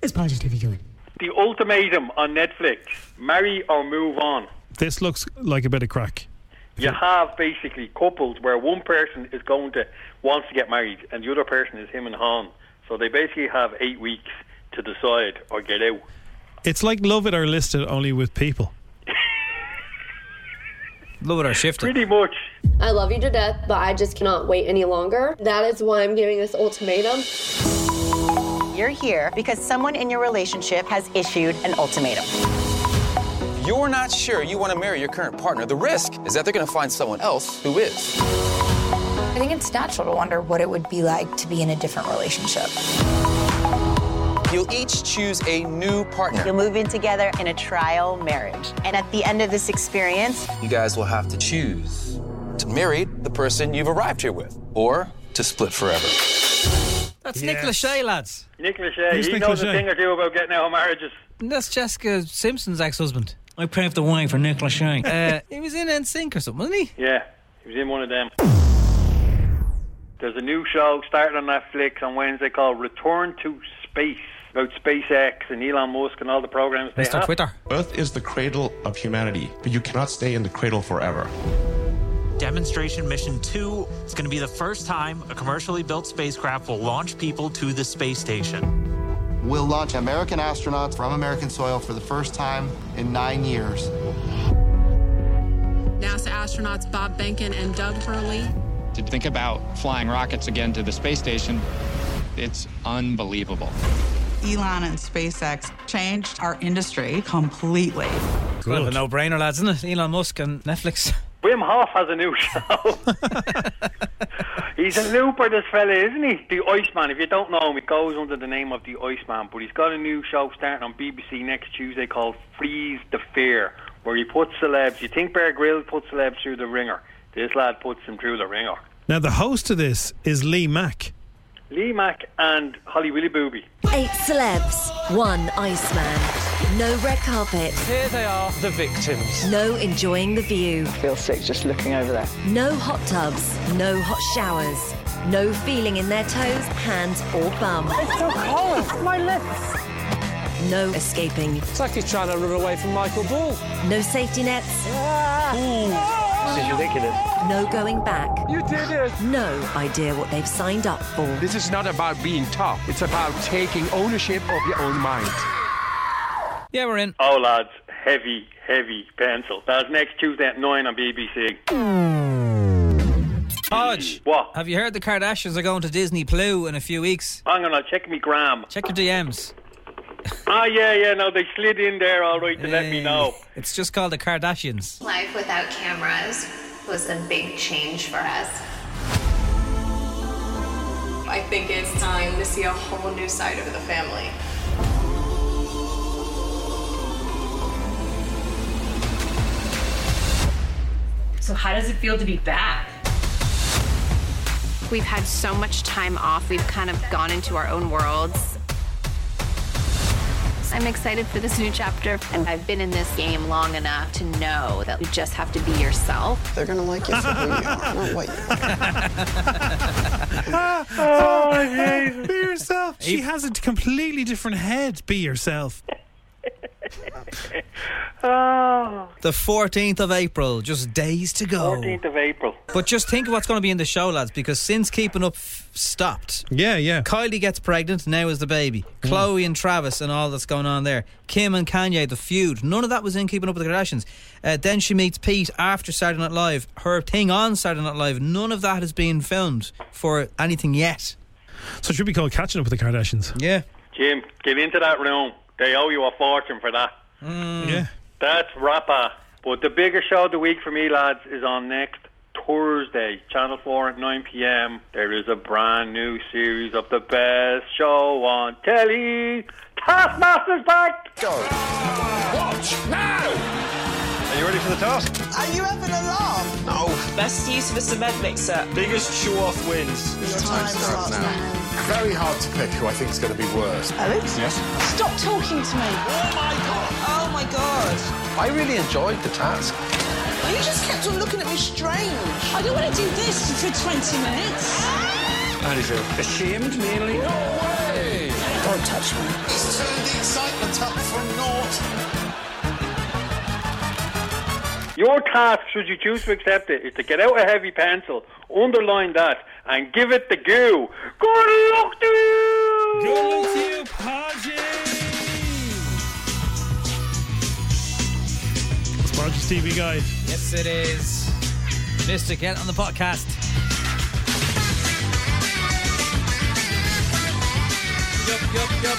Speaker 8: The ultimatum on Netflix. Marry or move on.
Speaker 3: This looks like a bit of crack.
Speaker 8: You have basically couples where one person is going to wants to get married and the other person is him and Han. So they basically have eight weeks to decide or get out.
Speaker 3: It's like Love It or List It, only with people.
Speaker 2: Love it or shift it.
Speaker 8: Pretty much.
Speaker 9: I love you to death, but I just cannot wait any longer. That is why I'm giving this ultimatum. You're here because someone in your relationship has issued an ultimatum.
Speaker 10: you're not sure you want to marry your current partner, the risk is that they're going to find someone else who is.
Speaker 11: I think it's natural to wonder what it would be like to be in a different relationship.
Speaker 10: You'll each choose a new partner.
Speaker 12: You'll move in together in a trial marriage. And at the end of this experience,
Speaker 10: You guys will have to choose to marry the person you've arrived here with or to split forever.
Speaker 2: That's Nicola Shea, lads.
Speaker 8: Nicola Shea,
Speaker 2: Who's
Speaker 8: he
Speaker 2: Nicola
Speaker 8: knows
Speaker 2: Shea?
Speaker 8: a thing or two about getting out of marriages.
Speaker 2: That's Jessica Simpson's ex-husband. I paved the way for Nicola Shea. Uh, he was in NSYNC or something, wasn't he?
Speaker 8: Yeah, he was in one of them. There's a new show starting on Netflix on Wednesday called Return to Space about SpaceX and Elon Musk and all the programs they have.
Speaker 13: Earth is the cradle of humanity, but you cannot stay in the cradle forever.
Speaker 14: Demonstration Mission 2 is going to be the first time a commercially built spacecraft will launch people to the space station.
Speaker 15: We'll launch American astronauts from American soil for the first time in nine years.
Speaker 16: NASA astronauts Bob Behnken and Doug Hurley.
Speaker 17: To think about flying rockets again to the space station, it's unbelievable.
Speaker 18: Elon and SpaceX changed our industry completely.
Speaker 2: It's kind of a no-brainer, lads, isn't it? Elon Musk and Netflix.
Speaker 8: Wim Hof has a new show. he's a looper, this fella, isn't he? The Iceman. If you don't know him, he goes under the name of the Iceman. But he's got a new show starting on BBC next Tuesday called Freeze the Fear, where he puts celebs. You think Bear Grylls puts celebs through the ringer? This lad puts them through the ringer.
Speaker 3: Now, the host of this is Lee Mack.
Speaker 8: Lee Mack and Holly Willy Booby.
Speaker 7: Eight celebs, one Iceman. No red carpet.
Speaker 19: Here they are, the victims.
Speaker 7: No enjoying the view.
Speaker 19: Feel sick just looking over there.
Speaker 7: No hot tubs. No hot showers. No feeling in their toes, hands, or bum. It's so cold. My lips. No escaping. It's like he's trying to run away from Michael Ball. No safety nets. Ah.
Speaker 20: This is ridiculous.
Speaker 7: No going back. You did it. No idea what they've signed up for.
Speaker 20: This is not about being tough. It's about taking ownership of your own mind.
Speaker 2: Yeah, we're in.
Speaker 8: Oh, lads, heavy, heavy pencil. That's next Tuesday at 9 on BBC.
Speaker 2: Hodge.
Speaker 8: What?
Speaker 2: Have you heard the Kardashians are going to Disney Blue in a few weeks?
Speaker 8: I'm going to check me gram.
Speaker 2: Check your DMs.
Speaker 8: Ah, yeah, yeah, no, they slid in there all right to let me know.
Speaker 2: It's just called the Kardashians.
Speaker 21: Life without cameras was a big change for us. I think it's time to see a whole new side of the family.
Speaker 22: So, how does it feel to be back?
Speaker 21: We've had so much time off, we've kind of gone into our own worlds. I'm excited for this new chapter, and I've been in this game long enough to know that you just have to be yourself.
Speaker 19: They're gonna like you for who you are, not what you
Speaker 3: *laughs* oh, Jesus. *laughs* Be yourself. She has a completely different head. Be yourself.
Speaker 8: Oh.
Speaker 2: The 14th of April, just days to go.
Speaker 8: 14th of April.
Speaker 2: But just think of what's going to be in the show, lads, because since Keeping Up f- stopped.
Speaker 3: Yeah, yeah. Mm.
Speaker 2: Kylie gets pregnant, now is the baby. Chloe and Travis and all that's going on there. Kim and Kanye, the feud. None of that was in Keeping Up with the Kardashians. Uh, then she meets Pete after Saturday Night Live. Her thing on Saturday Night Live. None of that has been filmed for anything yet.
Speaker 3: So it should be called Catching Up with the Kardashians.
Speaker 2: Yeah.
Speaker 8: Jim, get into that room. They owe you a fortune for that.
Speaker 2: Mm.
Speaker 3: Yeah.
Speaker 8: That's rapper. But the bigger show of the week for me, lads, is on next Thursday, Channel 4 at 9 p.m. There is a brand new series of the best show on telly. Taskmaster's back! Go. Watch now!
Speaker 23: Are you ready for the task?
Speaker 24: Are you having an alarm?
Speaker 23: No.
Speaker 24: Best use of a cement mixer.
Speaker 23: Biggest show off wins.
Speaker 24: Your time starts now.
Speaker 25: Very hard to pick who I think is going to be worse.
Speaker 24: Alex?
Speaker 25: Yes?
Speaker 24: Stop talking to me. Oh my god. Oh my god.
Speaker 23: I really enjoyed the task.
Speaker 24: You just kept on looking at me strange. I don't want to do this for 20 minutes.
Speaker 23: How do you feel? Ashamed, mainly. No way!
Speaker 24: Don't touch me.
Speaker 25: He's turned the excitement up for naught.
Speaker 8: Your task, should you choose to accept it, is to get out a heavy pencil, underline that, and give it the goo. Good luck to you!
Speaker 3: Good luck to you, Podgy! It's Podgy's TV Guide.
Speaker 2: Yes, it is. Mister, get on the podcast. Yup, yup, yup.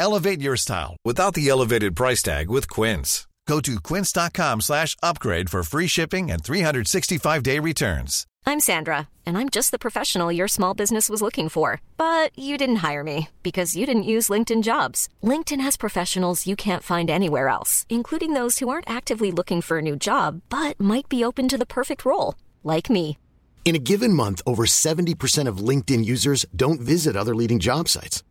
Speaker 26: Elevate your style without the elevated price tag with Quince. Go to quince.com slash upgrade for free shipping and 365-day returns.
Speaker 27: I'm Sandra, and I'm just the professional your small business was looking for. But you didn't hire me because you didn't use LinkedIn jobs. LinkedIn has professionals you can't find anywhere else, including those who aren't actively looking for a new job but might be open to the perfect role, like me.
Speaker 28: In a given month, over 70% of LinkedIn users don't visit other leading job sites.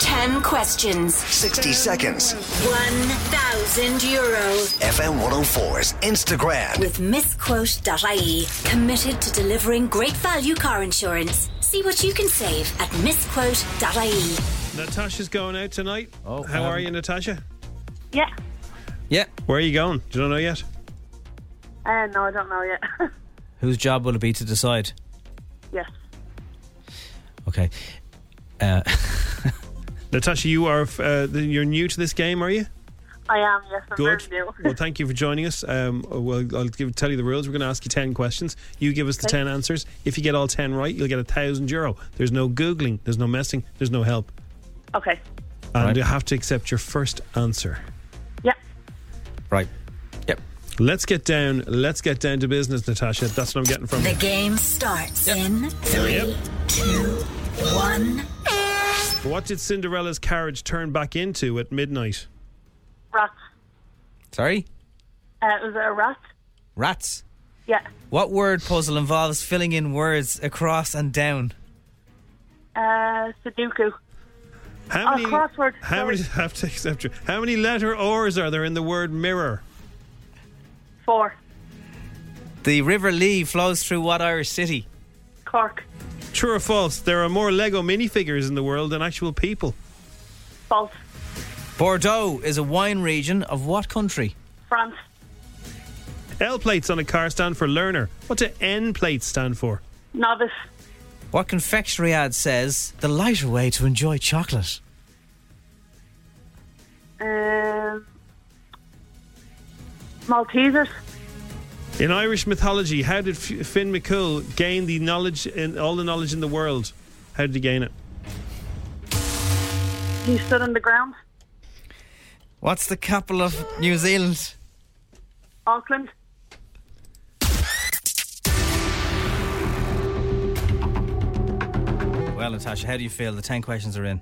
Speaker 7: Ten questions. 60
Speaker 4: seconds.
Speaker 7: 1,000 euro.
Speaker 4: FM 104's Instagram.
Speaker 7: With misquote.ie. Committed to delivering great value car insurance. See what you can save at misquote.ie.
Speaker 3: Natasha's going out tonight. Oh, How are you, Natasha?
Speaker 5: Yeah.
Speaker 2: Yeah.
Speaker 3: Where are you going? Do you not know yet?
Speaker 5: Uh, no, I don't know yet. *laughs*
Speaker 2: Whose job will it be to decide?
Speaker 5: yes.
Speaker 2: Okay. Uh,
Speaker 3: *laughs* Natasha, you are uh, you're new to this game, are you?
Speaker 5: I am, yes. I'm
Speaker 3: Good.
Speaker 5: very new.
Speaker 3: Well, thank you for joining us. Um, well, I'll give, tell you the rules. We're going to ask you 10 questions. You give us the
Speaker 5: Okay.
Speaker 3: 10 answers. If you get all 10 right, you'll get a 1,000 euro. There's no Googling, there's no messing, there's no help.
Speaker 5: *laughs* Okay.
Speaker 3: And you have to accept your first answer.
Speaker 5: Yep.
Speaker 2: Right. Yep.
Speaker 3: Let's get down. Let's get down to business, Natasha. That's what I'm getting from
Speaker 7: The
Speaker 3: you.
Speaker 7: game starts in three, two, one.
Speaker 3: What did Cinderella's carriage turn back into at midnight?
Speaker 5: Rat.
Speaker 2: Sorry?
Speaker 5: Uh, was it a rat?
Speaker 2: Rats.
Speaker 5: Yeah.
Speaker 2: What word puzzle involves filling in words across and down?
Speaker 5: Uh, Sudoku.
Speaker 3: How
Speaker 5: Oh,
Speaker 3: many?
Speaker 5: crossword.
Speaker 3: How
Speaker 5: Sorry.
Speaker 3: many *laughs* have to accept? your- How many letter O's are there in the word mirror?
Speaker 5: Four.
Speaker 2: The River Lee flows through what Irish city?
Speaker 5: Cork.
Speaker 3: True or false? There are more Lego minifigures in the world than actual people.
Speaker 5: False.
Speaker 2: Bordeaux is a wine region of what country?
Speaker 5: France.
Speaker 3: L plates on a car stand for learner. What do N plates stand for?
Speaker 5: Novice.
Speaker 2: What confectionery ad says the lighter way to enjoy chocolate?
Speaker 5: Um, Maltesers.
Speaker 3: In Irish mythology, how did F- Finn McCool gain the knowledge in all the knowledge in the world? How did he gain it?
Speaker 5: He stood on the ground.
Speaker 2: What's the capital of New Zealand?
Speaker 5: Auckland.
Speaker 2: Well, Natasha, how do you feel? The 10 questions are in.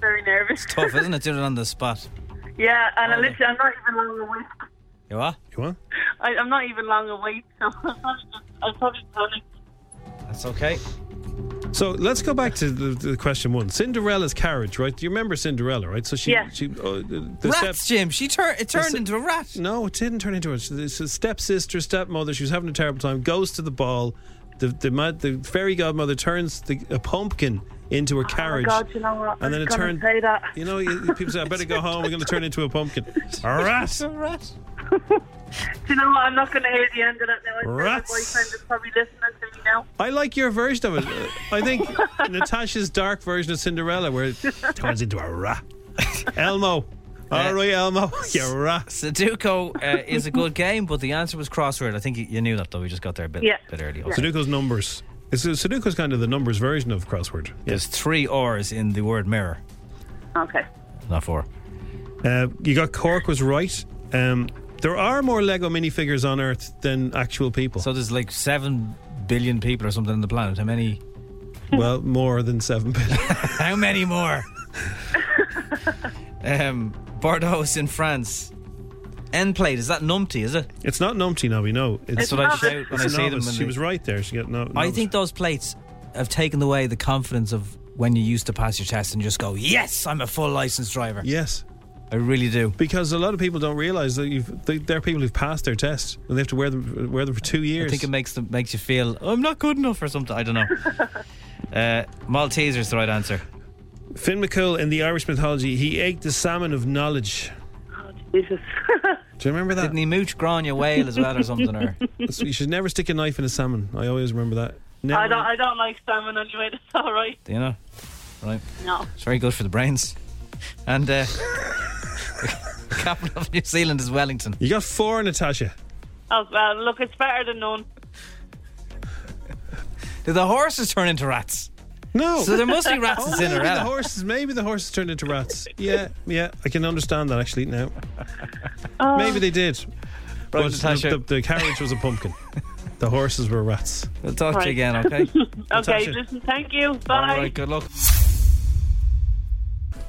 Speaker 5: Very nervous.
Speaker 2: Tough, isn't it? Doing it on the spot.
Speaker 5: *laughs* Yeah, and I literally, I'm not even long awake.
Speaker 2: You are?
Speaker 3: You are?
Speaker 5: I, I'm not even long *laughs* awake, so I'm probably just, I'm probably panicked.
Speaker 2: That's okay.
Speaker 3: So let's go back to the, the question one. Cinderella's carriage, right? Do you remember Cinderella, right? So she,
Speaker 2: Yeah.
Speaker 3: she, uh, the the
Speaker 2: Rats,
Speaker 3: step-
Speaker 2: Jim. She tur- it turned
Speaker 3: The se-
Speaker 2: into a rat.
Speaker 3: No, it didn't turn into it. It's a stepsister, stepmother. She was having a terrible time. Goes to the ball. The the, mad, the fairy godmother turns the, a pumpkin into a carriage.
Speaker 5: Oh, God, you know what? I
Speaker 3: And then
Speaker 5: was
Speaker 3: it
Speaker 5: gonna
Speaker 3: turned.
Speaker 5: say that.
Speaker 3: You know, you- people say, "I better go home. We're going to turn into a pumpkin." A
Speaker 5: *laughs*
Speaker 3: rat.
Speaker 2: rat.
Speaker 5: Do you know what? I'm not going to hear the end of that now. I think My
Speaker 3: Rats.
Speaker 5: boyfriend is probably listening to me now.
Speaker 3: I like your version of it. I think Natasha's dark version of Cinderella, where it turns into a rat. *laughs* Elmo. All right, *laughs* Elmo. You're rat.
Speaker 2: Uh, Sudoku uh, is a good game, but the answer was crossword. I think you, you knew that, though. We just got there a bit,
Speaker 3: Yeah.
Speaker 2: bit early.
Speaker 3: Sudoku's numbers. It's- uh, Sudoku's kind of the numbers version of crossword.
Speaker 2: There's three R's in the word mirror,
Speaker 5: Okay.
Speaker 2: not four.
Speaker 3: Uh, you got Cork was right. Um, there are more Lego minifigures on Earth than actual people.
Speaker 2: So there's like seven billion people or something on the planet. How many?
Speaker 3: Well, more than seven billion.
Speaker 2: How many more? um, Bordeaux is in France. End plate is that numpty? Is it?
Speaker 3: It's not numpty, Nobby. No,
Speaker 2: That's what I shout when I
Speaker 3: It's
Speaker 2: see them.
Speaker 3: novice.
Speaker 2: in
Speaker 3: She
Speaker 2: the-
Speaker 3: was right there. She got no.
Speaker 2: I
Speaker 3: novice.
Speaker 2: think those plates have taken away the confidence of when you used to pass your test and just go, "Yes, I'm a full licensed driver."
Speaker 3: Yes.
Speaker 2: I really do.
Speaker 3: Because a lot of people don't realise that you've, they, there are people who've passed their test and they have to wear them wear them for two years.
Speaker 2: I think it makes them makes you feel I'm not good enough or something. I
Speaker 3: *laughs*
Speaker 2: don't know. uh, Malteser is the right answer.
Speaker 3: Finn McCool in the Irish mythology, he ate the salmon of knowledge.
Speaker 5: Jesus.
Speaker 3: Do you remember that?
Speaker 2: Didn't he mooch Grania whale as well or something?
Speaker 3: *laughs*
Speaker 2: Or
Speaker 3: you should never stick a knife in a salmon. I always remember that. Never.
Speaker 5: I don't. I don't like salmon anyway. *laughs* That's all right.
Speaker 2: Do you know? Right.
Speaker 5: No.
Speaker 2: It's very good for the brains. And uh, *laughs* the capital of New Zealand is Wellington.
Speaker 3: You got four, Natasha.
Speaker 5: Oh well. Look, it's better than none.
Speaker 2: Did the horses turn into rats?
Speaker 3: No.
Speaker 2: So there
Speaker 3: *laughs*
Speaker 2: must be rats
Speaker 3: Oh.
Speaker 2: in
Speaker 3: maybe
Speaker 2: or
Speaker 3: the
Speaker 2: out.
Speaker 3: horses. Maybe the horses turned into rats. Yeah, yeah. I can understand that actually now. Maybe they did.
Speaker 2: Right,
Speaker 3: But
Speaker 2: Natasha.
Speaker 3: the, the, the carriage was a pumpkin. The horses were rats.
Speaker 2: We'll talk to
Speaker 5: Right.
Speaker 2: you again, okay?
Speaker 5: *laughs* Okay. Listen. Thank you. Bye.
Speaker 2: All right, good luck.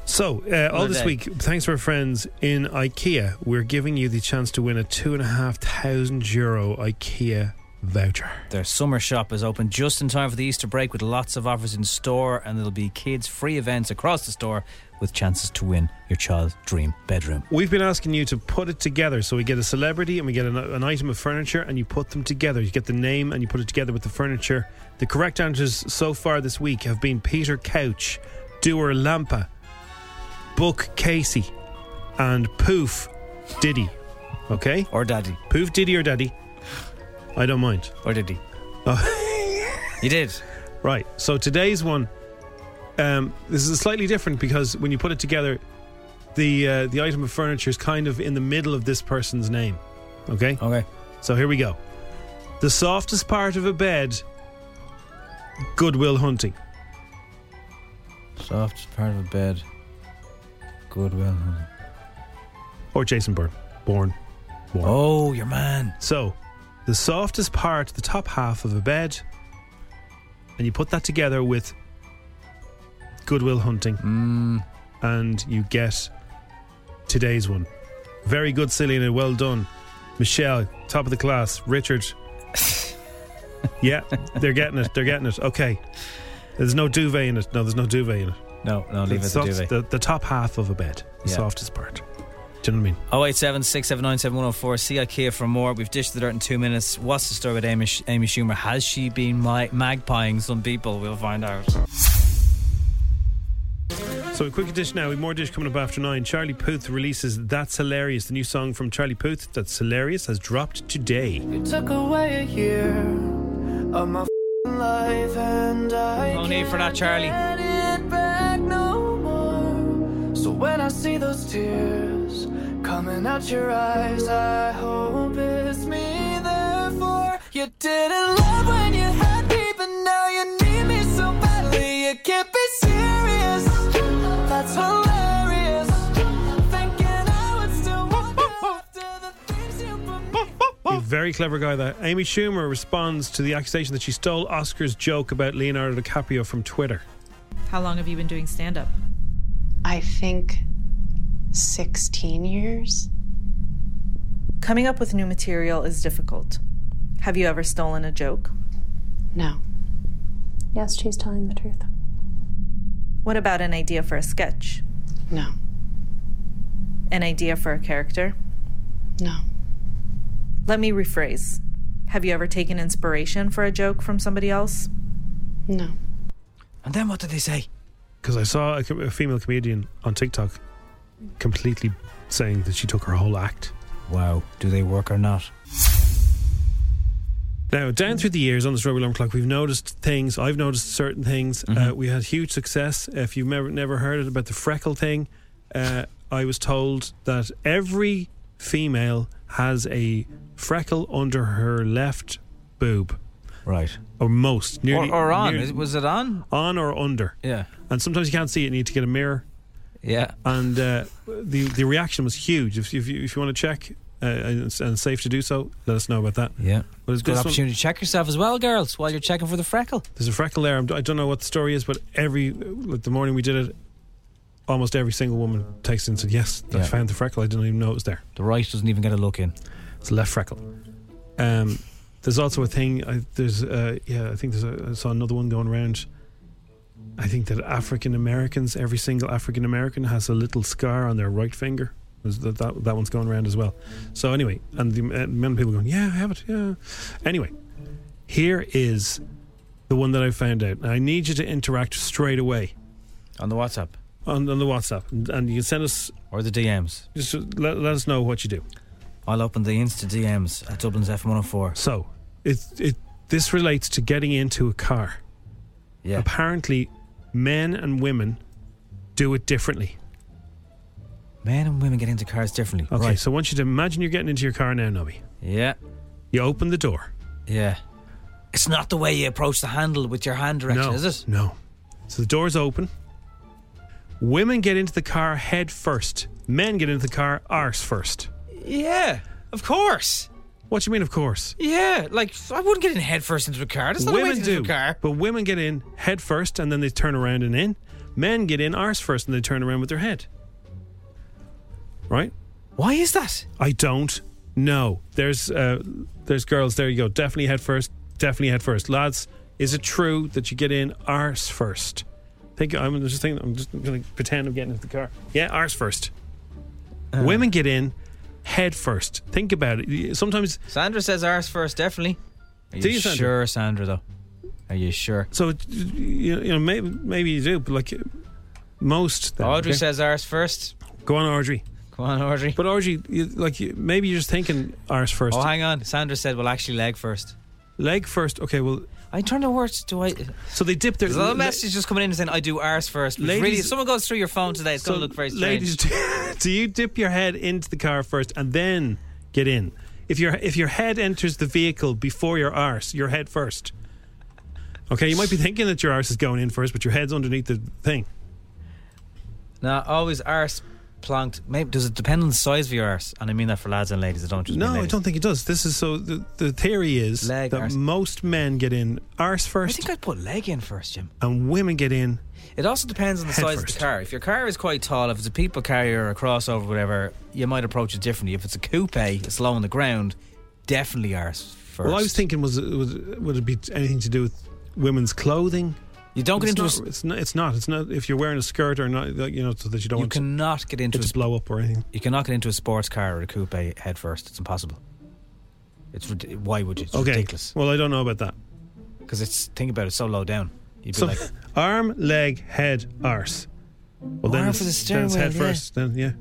Speaker 3: So, uh, all
Speaker 2: Another
Speaker 3: this
Speaker 2: day.
Speaker 3: week, thanks to our friends in IKEA, we're giving you the chance to win a two and a half thousand euro IKEA voucher.
Speaker 2: Their summer shop is open just in time for the Easter break with lots of offers in store, and there'll be kids' free events across the store with chances to win your child's dream bedroom.
Speaker 3: We've been asking you to put it together. So, we get a celebrity and we get an, an item of furniture, and you put them together. You get the name and you put it together with the furniture. The correct answers so far this week have been Peter Couch, Dewar Lampa, Buck Casey, and Poof Diddy. Okay?
Speaker 2: Or Daddy.
Speaker 3: Poof Diddy or Daddy. I don't mind.
Speaker 2: Or did he?
Speaker 3: Oh. *laughs*
Speaker 2: You did.
Speaker 3: Right. So today's one, um, this is slightly different because when you put it together, the uh, the item of furniture is kind of in the middle of this person's name. Okay.
Speaker 2: Okay.
Speaker 3: So here we go. The softest part of a bed. Goodwill hunting.
Speaker 2: Soft part of a bed. Goodwill. honey.
Speaker 3: Or Oh, Jason Bourne. Bourne. Bourne.
Speaker 2: Oh, your man.
Speaker 3: So, the softest part, the top half of a bed, and you put that together with Goodwill Hunting,
Speaker 2: Mm.
Speaker 3: and you get today's one. Very good, Selena. Well done, Michelle. Top of the class,
Speaker 2: *laughs*
Speaker 3: Richard. yeah, they're getting it. They're getting it. Okay. There's no duvet in it. No, there's no duvet in it.
Speaker 2: No, no, leave
Speaker 3: the,
Speaker 2: it to
Speaker 3: soft-
Speaker 2: duvet.
Speaker 3: The, the top half of a bed, the
Speaker 2: Yeah.
Speaker 3: softest part. Do you know what I mean?
Speaker 2: 087 679 7104. See IKEA for more. We've dished the dirt in two minutes. What's the story with Amy, Sh- Amy Schumer? Has she been mi- magpieing some people? We'll find out.
Speaker 3: So a quick dish now. We've more dish coming up after nine. Charlie Puth releases "That's Hilarious," the new song from Charlie Puth. That's hilarious has dropped *laughs* today.
Speaker 6: Took away a year of my f***ing life and I
Speaker 2: No need for that, Charlie.
Speaker 6: can't get it back no more. So when I see those tears coming out your eyes, I hope it's me. Therefore, you didn't love when you had me, but now you need me so badly. You can't be serious. That's hilarious. Thinking I would still want you after the things you put me.
Speaker 3: A very clever guy. That Amy Schumer responds to the accusation that she stole Oscar's joke about Leonardo DiCaprio from Twitter.
Speaker 9: How long have you been doing stand up?
Speaker 10: I think 16 years.
Speaker 9: Coming up with new material is difficult. Have you ever stolen a joke?
Speaker 10: No. Yes, she's telling the truth.
Speaker 9: What about an idea for a sketch?
Speaker 10: No,
Speaker 9: An idea for a character?
Speaker 10: no,
Speaker 9: Let me rephrase. Have you ever taken inspiration for a joke from somebody else?
Speaker 10: no.
Speaker 2: And then what did they say?
Speaker 3: Because I saw a, co- a female comedian on TikTok completely saying that she took her whole act.
Speaker 2: Wow. Do they work or not?
Speaker 3: Now, down through the years on this Rubber Alarm Clock, we've noticed things. I've noticed certain things. Uh, we had huge success. If you've never, never heard it about the freckle thing, uh, I was told that every female has a freckle under her left boob,
Speaker 2: Right.
Speaker 3: or most.
Speaker 2: Or,
Speaker 3: Nearly,
Speaker 2: or on.
Speaker 15: *laughs*
Speaker 3: nearly-
Speaker 2: Is- was it on?
Speaker 3: on or under.
Speaker 2: Yeah.
Speaker 3: And sometimes you can't see it. You need to get a mirror.
Speaker 2: Yeah.
Speaker 3: And uh, the the reaction was huge. If, if you if you want to check uh, and, it's- and it's safe to do so, let us know about that.
Speaker 2: Yeah.
Speaker 3: But it's
Speaker 2: Good opportunity to check yourself as well, girls, while you're checking for the freckle.
Speaker 3: There's a freckle there. I'm- I don't know what the story is, but every like the morning we did it, almost every single woman texted and said, "Yes, I
Speaker 2: Yeah.
Speaker 3: found the freckle. I didn't even know it was there."
Speaker 2: The right doesn't even get a look in.
Speaker 3: It's a left freckle. Um, there's also a thing. I, there's uh, yeah, I think there's. A, I saw another one going around. I think that African Americans, every single African American has a little scar on their right finger. There's That, that, that one's going around as well. So anyway, and the uh, amount of people going, yeah, I have it. Yeah. Anyway, here is the one that I found out. And I need you to interact straight away
Speaker 2: on the WhatsApp.
Speaker 3: On, on the WhatsApp, and, and you can send us
Speaker 2: or the DMs.
Speaker 3: Just let, let us know what you do.
Speaker 2: I'll open the Insta DMs at Dublin's F104.
Speaker 3: So, it it this relates to getting into a car.
Speaker 2: Yeah.
Speaker 3: Apparently, men and women do it differently.
Speaker 2: Men and women get into cars differently.
Speaker 3: Okay,
Speaker 2: Right.
Speaker 3: so I want you to imagine you're getting into your car now, Nobby.
Speaker 2: Yeah.
Speaker 3: You open the door.
Speaker 2: Yeah. It's not the way you approach the handle with your hand direction,
Speaker 3: no,
Speaker 2: is it?
Speaker 3: No. So the door's open. Women get into the car head first. Men get into the car arse first.
Speaker 2: Yeah, of course.
Speaker 3: What do you mean, of course?
Speaker 2: Yeah, like I wouldn't get in head first into a car. That's not the way
Speaker 3: women
Speaker 2: to
Speaker 3: do,
Speaker 2: do a car.
Speaker 3: but women get in head first and then they turn around and in. Men get in arse first and they turn around with their head. Right?
Speaker 2: Why is that?
Speaker 3: I don't know. There's uh, there's girls. There you go. Definitely head first. Definitely head first. Lads, is it true that you get in arse first? Think I'm just thinking. I'm just going to pretend I'm getting into the car. Yeah, arse first.
Speaker 2: Uh.
Speaker 3: Women get in head first. Think about it. Sometimes
Speaker 2: Sandra says ours first, definitely. Are you,
Speaker 3: Do you, Sandra?
Speaker 2: sure, Sandra? though? Are you sure?
Speaker 3: So you you know maybe maybe you do, but like most. Then,
Speaker 2: Audrey
Speaker 3: okay?
Speaker 2: says ours first.
Speaker 3: Go on, Audrey.
Speaker 2: Come on, Audrey.
Speaker 3: But Audrey, you, like you, maybe you're just thinking arse first.
Speaker 2: Oh, hang on. Sandra said, well, actually, leg first.
Speaker 3: Leg first. Okay, well.
Speaker 2: I turn the words. Do I.
Speaker 3: So they dip their.
Speaker 2: There's a lot of
Speaker 3: le-
Speaker 2: messages just coming in saying, I do ours first. Which
Speaker 3: Ladies-
Speaker 2: really, if someone goes through your phone today, it's going to look very strange.
Speaker 3: Ladies, *laughs* do you dip your head into the car first and then get in? If your if your head enters the vehicle before your arse, your head first. Okay, you might be thinking that your arse is going in first, but your head's underneath the thing.
Speaker 2: Now, always arse plonked. Maybe, does it depend on the size of your arse? And I mean that for lads and ladies. I don't just
Speaker 3: no,
Speaker 2: mean
Speaker 3: I
Speaker 2: ladies.
Speaker 3: don't think it does. This is so. The, the theory is
Speaker 2: Leg
Speaker 3: that
Speaker 2: arse.
Speaker 3: most men get in arse
Speaker 2: I
Speaker 3: first,
Speaker 2: think I'd put leg in first, Jim.
Speaker 3: and women get in.
Speaker 2: It also depends on the
Speaker 3: Head
Speaker 2: size of
Speaker 3: first.
Speaker 2: the car. If your car is quite tall, if it's a people carrier or a crossover, whatever, you might approach it differently. If it's a coupe, it's low on the ground, definitely arse first.
Speaker 3: Well, I was thinking was, it- was it- would it be anything to do with women's clothing?
Speaker 2: You don't get
Speaker 3: It's
Speaker 2: into a
Speaker 3: not-
Speaker 2: s-
Speaker 3: it's not. It's not. It's not. If you're wearing a skirt or not, like, you know, so that you don't.
Speaker 2: you
Speaker 3: want
Speaker 2: cannot get into
Speaker 3: it
Speaker 2: a
Speaker 3: to
Speaker 2: sp-
Speaker 3: blow up or anything.
Speaker 2: you cannot get into a sports car or a coupe head first. It's impossible. It's rid- why would you? It's
Speaker 3: Okay.
Speaker 2: ridiculous.
Speaker 3: Well, I don't know about that.
Speaker 2: Because it's think about it so low down. You'd be
Speaker 3: So,
Speaker 2: like,
Speaker 3: arm, leg, head, arse. Well, then
Speaker 2: Arm
Speaker 3: it's,
Speaker 2: for the
Speaker 3: then it's head
Speaker 2: stairwell, yeah.
Speaker 3: first. Then yeah.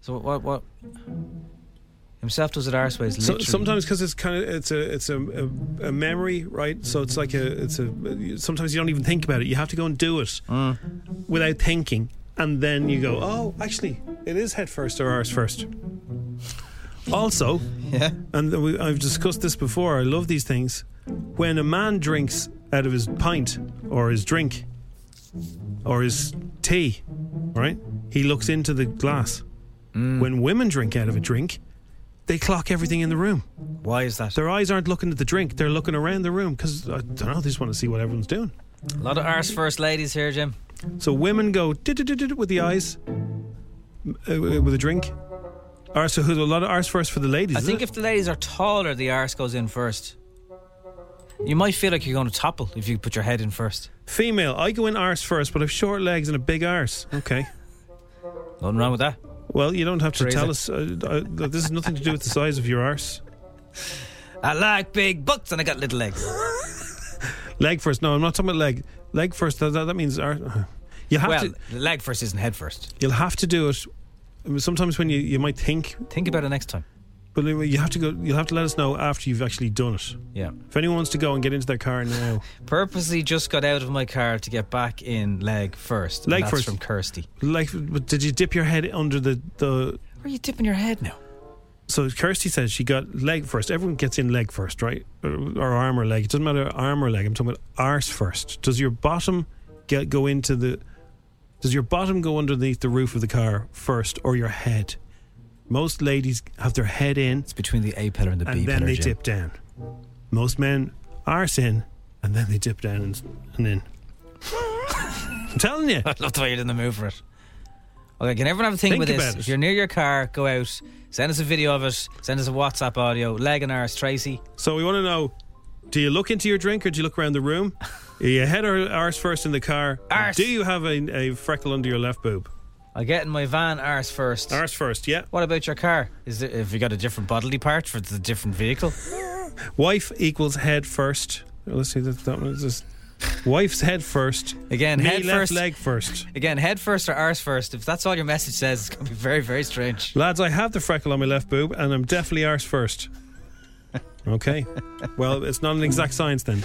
Speaker 2: so what? What? Himself does it arseways.
Speaker 3: So,
Speaker 2: literally.
Speaker 3: sometimes because it's kind of it's a it's a, a, a memory, right? So it's like a it's a sometimes you don't even think about it. You have to go and do it
Speaker 2: Mm.
Speaker 3: without thinking, and then you go, oh, actually, it is head first or arse first. Also,
Speaker 2: *laughs* yeah,
Speaker 3: and we, I've discussed this before. I love these things. When a man drinks out of his pint or his drink or his tea, right? He looks into the glass.
Speaker 2: Mm.
Speaker 3: When women drink out of a drink, they clock everything in the room.
Speaker 2: Why is that?
Speaker 3: Their eyes aren't looking at the drink; they're looking around the room because I don't know. They just want to see what everyone's doing.
Speaker 2: A lot of arse first ladies here, Jim.
Speaker 3: So women go "Du-du-du-du-du" with the eyes, uh, with a drink. Arse, a lot of arse first for the ladies.
Speaker 2: I
Speaker 3: is
Speaker 2: think
Speaker 3: it?
Speaker 2: if the ladies are taller, the arse goes in first. You might feel like you're going to topple if you put your head in first.
Speaker 3: Female, I go in arse first, but I've short legs and a big arse. Okay.
Speaker 2: *laughs* Nothing wrong with that.
Speaker 3: Well, you don't have to
Speaker 2: Teresa.
Speaker 3: tell us. Uh, uh, this has nothing to do with the size of your arse.
Speaker 2: I like big butts and I got little legs.
Speaker 3: Leg first. No, I'm not talking about leg. Leg first. That, that, that means arse. *laughs* You have
Speaker 2: well,
Speaker 3: to.
Speaker 2: leg first isn't head first.
Speaker 3: You'll have to do it. I mean, Sometimes when you, you might think,
Speaker 2: Think about it next time.
Speaker 3: but anyway, you have to go. You'll have to let us know after you've actually done it.
Speaker 2: Yeah.
Speaker 3: If anyone wants to go and get into their car now,
Speaker 2: *laughs* Purposely just got out of my car to get back in leg first. and
Speaker 3: Leg
Speaker 2: that's
Speaker 3: first.
Speaker 2: from Kirsty.
Speaker 3: like, but did you dip your head under the the?
Speaker 2: Where are you dipping your head now?
Speaker 3: So Kirsty says she got leg first. Everyone gets in leg first, right? Or, or arm or leg. It doesn't matter arm or leg. I'm talking about arse first. Does your bottom get go into the Does your bottom go underneath the roof of the car first or your head? Most ladies have their head in. It's
Speaker 2: between the A pillar and the B
Speaker 3: And then
Speaker 2: pillar,
Speaker 3: they
Speaker 2: Jim.
Speaker 3: dip down. Most men are in and then they dip down and, and in. I'm telling you.
Speaker 2: *laughs* I love the way you're doing the move for it. Okay, can everyone have a think,
Speaker 3: Think
Speaker 2: with this?
Speaker 3: about it.
Speaker 2: If you're near your car, go out, send us a video of it, send us a WhatsApp audio, leg and arse, Tracy.
Speaker 3: So we want to know do you look into your drink or do you look around the
Speaker 2: *laughs*
Speaker 3: room? Are you head or arse first in the car? Arse. Do you have a, a freckle under your left boob?
Speaker 2: I get in my van, arse first.
Speaker 3: Arse first, yeah.
Speaker 2: What about your car? Is there, have you got a different bodily part for the different vehicle?
Speaker 3: Wife equals head first. Oh, Let's see that that one is just wife's head first.
Speaker 2: Again,
Speaker 3: Knee
Speaker 2: head
Speaker 3: left
Speaker 2: first.
Speaker 3: leg first.
Speaker 2: Again, head first or arse first. If that's all your message says, it's going to be very, very strange.
Speaker 3: Lads, I have the freckle on my left boob, and I'm definitely arse
Speaker 2: *laughs*
Speaker 3: first. Okay. Well, it's not an exact science then.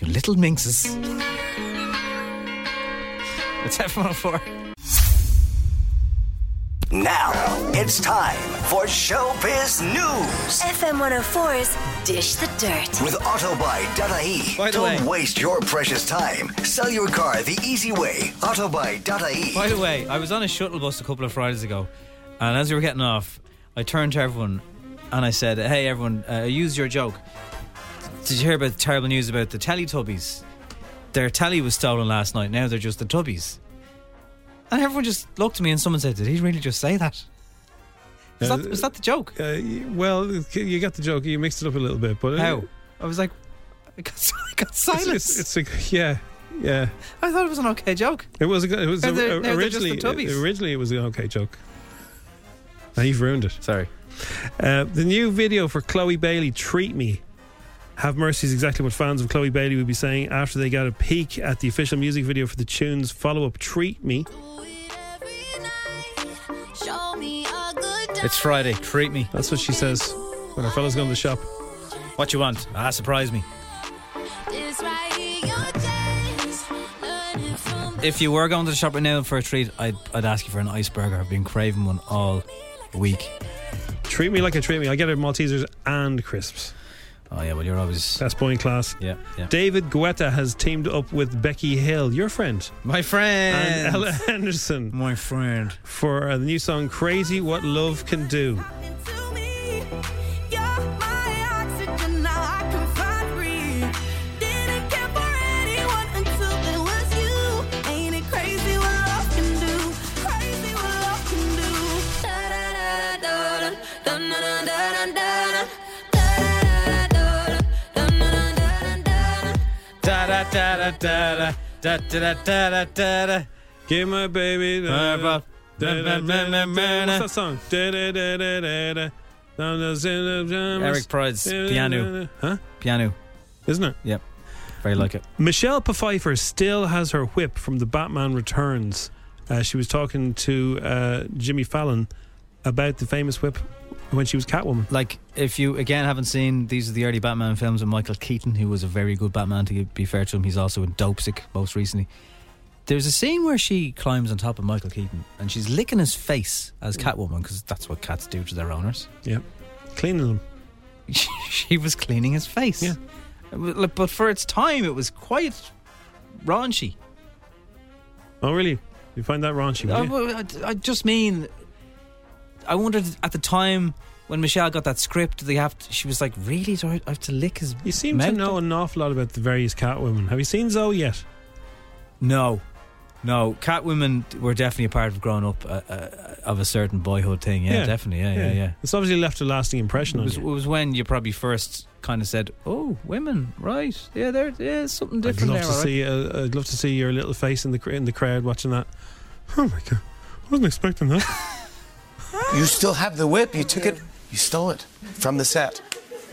Speaker 2: You little minxes. It's F104.
Speaker 4: Now it's time for Showbiz News
Speaker 7: FM 104's Dish the Dirt.
Speaker 4: with Autobuy.ie.
Speaker 7: By the
Speaker 4: Don't
Speaker 7: way-
Speaker 4: waste your precious time. Sell your car the easy way. Autobuy.ie.
Speaker 2: By the way, I was on a shuttle bus a couple of Fridays ago, and as we were getting off, I turned to everyone and I said, "Hey, everyone, uh, use your joke. Did you hear about the terrible news about the Teletubbies? Their telly was stolen last night. Now they're just the Tubbies." And everyone just looked at me, and someone said, "Did he really just say that?" Was,
Speaker 3: Uh,
Speaker 2: that, was that the joke?
Speaker 3: Uh, y- well, you got the joke. You mixed it up a little bit, but
Speaker 2: How? I was like, I got, *laughs* I got silence.
Speaker 3: It's, it's, it's a, yeah, yeah.
Speaker 2: I thought it was an okay joke.
Speaker 3: It was. A, good- it was
Speaker 2: Now
Speaker 3: a-
Speaker 2: they're- now they're just the
Speaker 3: originally.
Speaker 2: Tubbies.
Speaker 3: originally, it was an okay joke. Now you've ruined it.
Speaker 2: Sorry.
Speaker 3: Uh, the new video for Chloe Bailey, "Treat Me," have mercy is exactly what fans of Chloe Bailey would be saying after they got a peek at the official music video for the tune's follow-up, "Treat Me."
Speaker 2: It's Friday. Treat me.
Speaker 3: That's what she says when her fella's going to the shop.
Speaker 2: What you want? Ah, surprise me. If you were going to the shop right now for a treat, I'd, I'd ask you for an iceberg. I've been craving one all week.
Speaker 3: Treat me like I treat me. I get her Maltesers and crisps.
Speaker 2: Oh yeah, well you're always
Speaker 3: Best boy in class.
Speaker 2: yeah yeah.
Speaker 3: David Guetta has teamed up with Becky Hill, your friend,
Speaker 2: My friend,
Speaker 3: and Ella Henderson
Speaker 2: *laughs* my friend.
Speaker 3: for uh, the new song "Crazy What Love Can Do."
Speaker 2: Da da da da da da da da da da da da.
Speaker 3: Give my baby.
Speaker 2: Uh, but-
Speaker 3: What's that song? Eric
Speaker 2: Eric Pride's Piano.
Speaker 3: Huh?
Speaker 2: Piano.
Speaker 3: Isn't it?
Speaker 2: Yep. Very like it.
Speaker 3: Michelle Pfeiffer still has her whip from the Batman Returns. Uh, she was talking to uh, Jimmy Fallon about the famous whip when she was Catwoman.
Speaker 2: Like if you again haven't seen these are the early Batman films with Michael Keaton, who was a very good Batman. To be fair to him, he's also in Dopesick most recently. There's a scene where she climbs on top of Michael Keaton and she's licking his face as Catwoman because that's what cats do to their owners.
Speaker 3: Yep. Cleaning them.
Speaker 2: *laughs* she was cleaning his face.
Speaker 3: Yeah.
Speaker 2: Like, But for its time, it was quite raunchy.
Speaker 3: Oh, really? You find that raunchy, would
Speaker 2: I,
Speaker 3: you?
Speaker 2: I- I just mean, I wondered at the time when Michelle got that script, they have to, she was like, really? Do I I have to lick his
Speaker 3: You seem
Speaker 2: mouth
Speaker 3: to know an awful lot about the various Catwomen. Have you seen Zoe yet?
Speaker 2: No, no. Catwomen were definitely a part of growing up uh, uh, of a certain boyhood thing. Yeah, definitely. Yeah, yeah, yeah.
Speaker 3: It's obviously left a lasting impression
Speaker 2: It
Speaker 3: on
Speaker 2: was, it
Speaker 3: you.
Speaker 2: was when you probably first kind of said, "Oh, women, right? Yeah, there, yeah, something
Speaker 3: I'd
Speaker 2: different
Speaker 3: love to
Speaker 2: there." all right."
Speaker 3: see. Uh, I'd love to see your little face in the cr- in the crowd watching that. Oh my god, I wasn't expecting that.
Speaker 11: You still have the whip. You took it. You stole it from the set.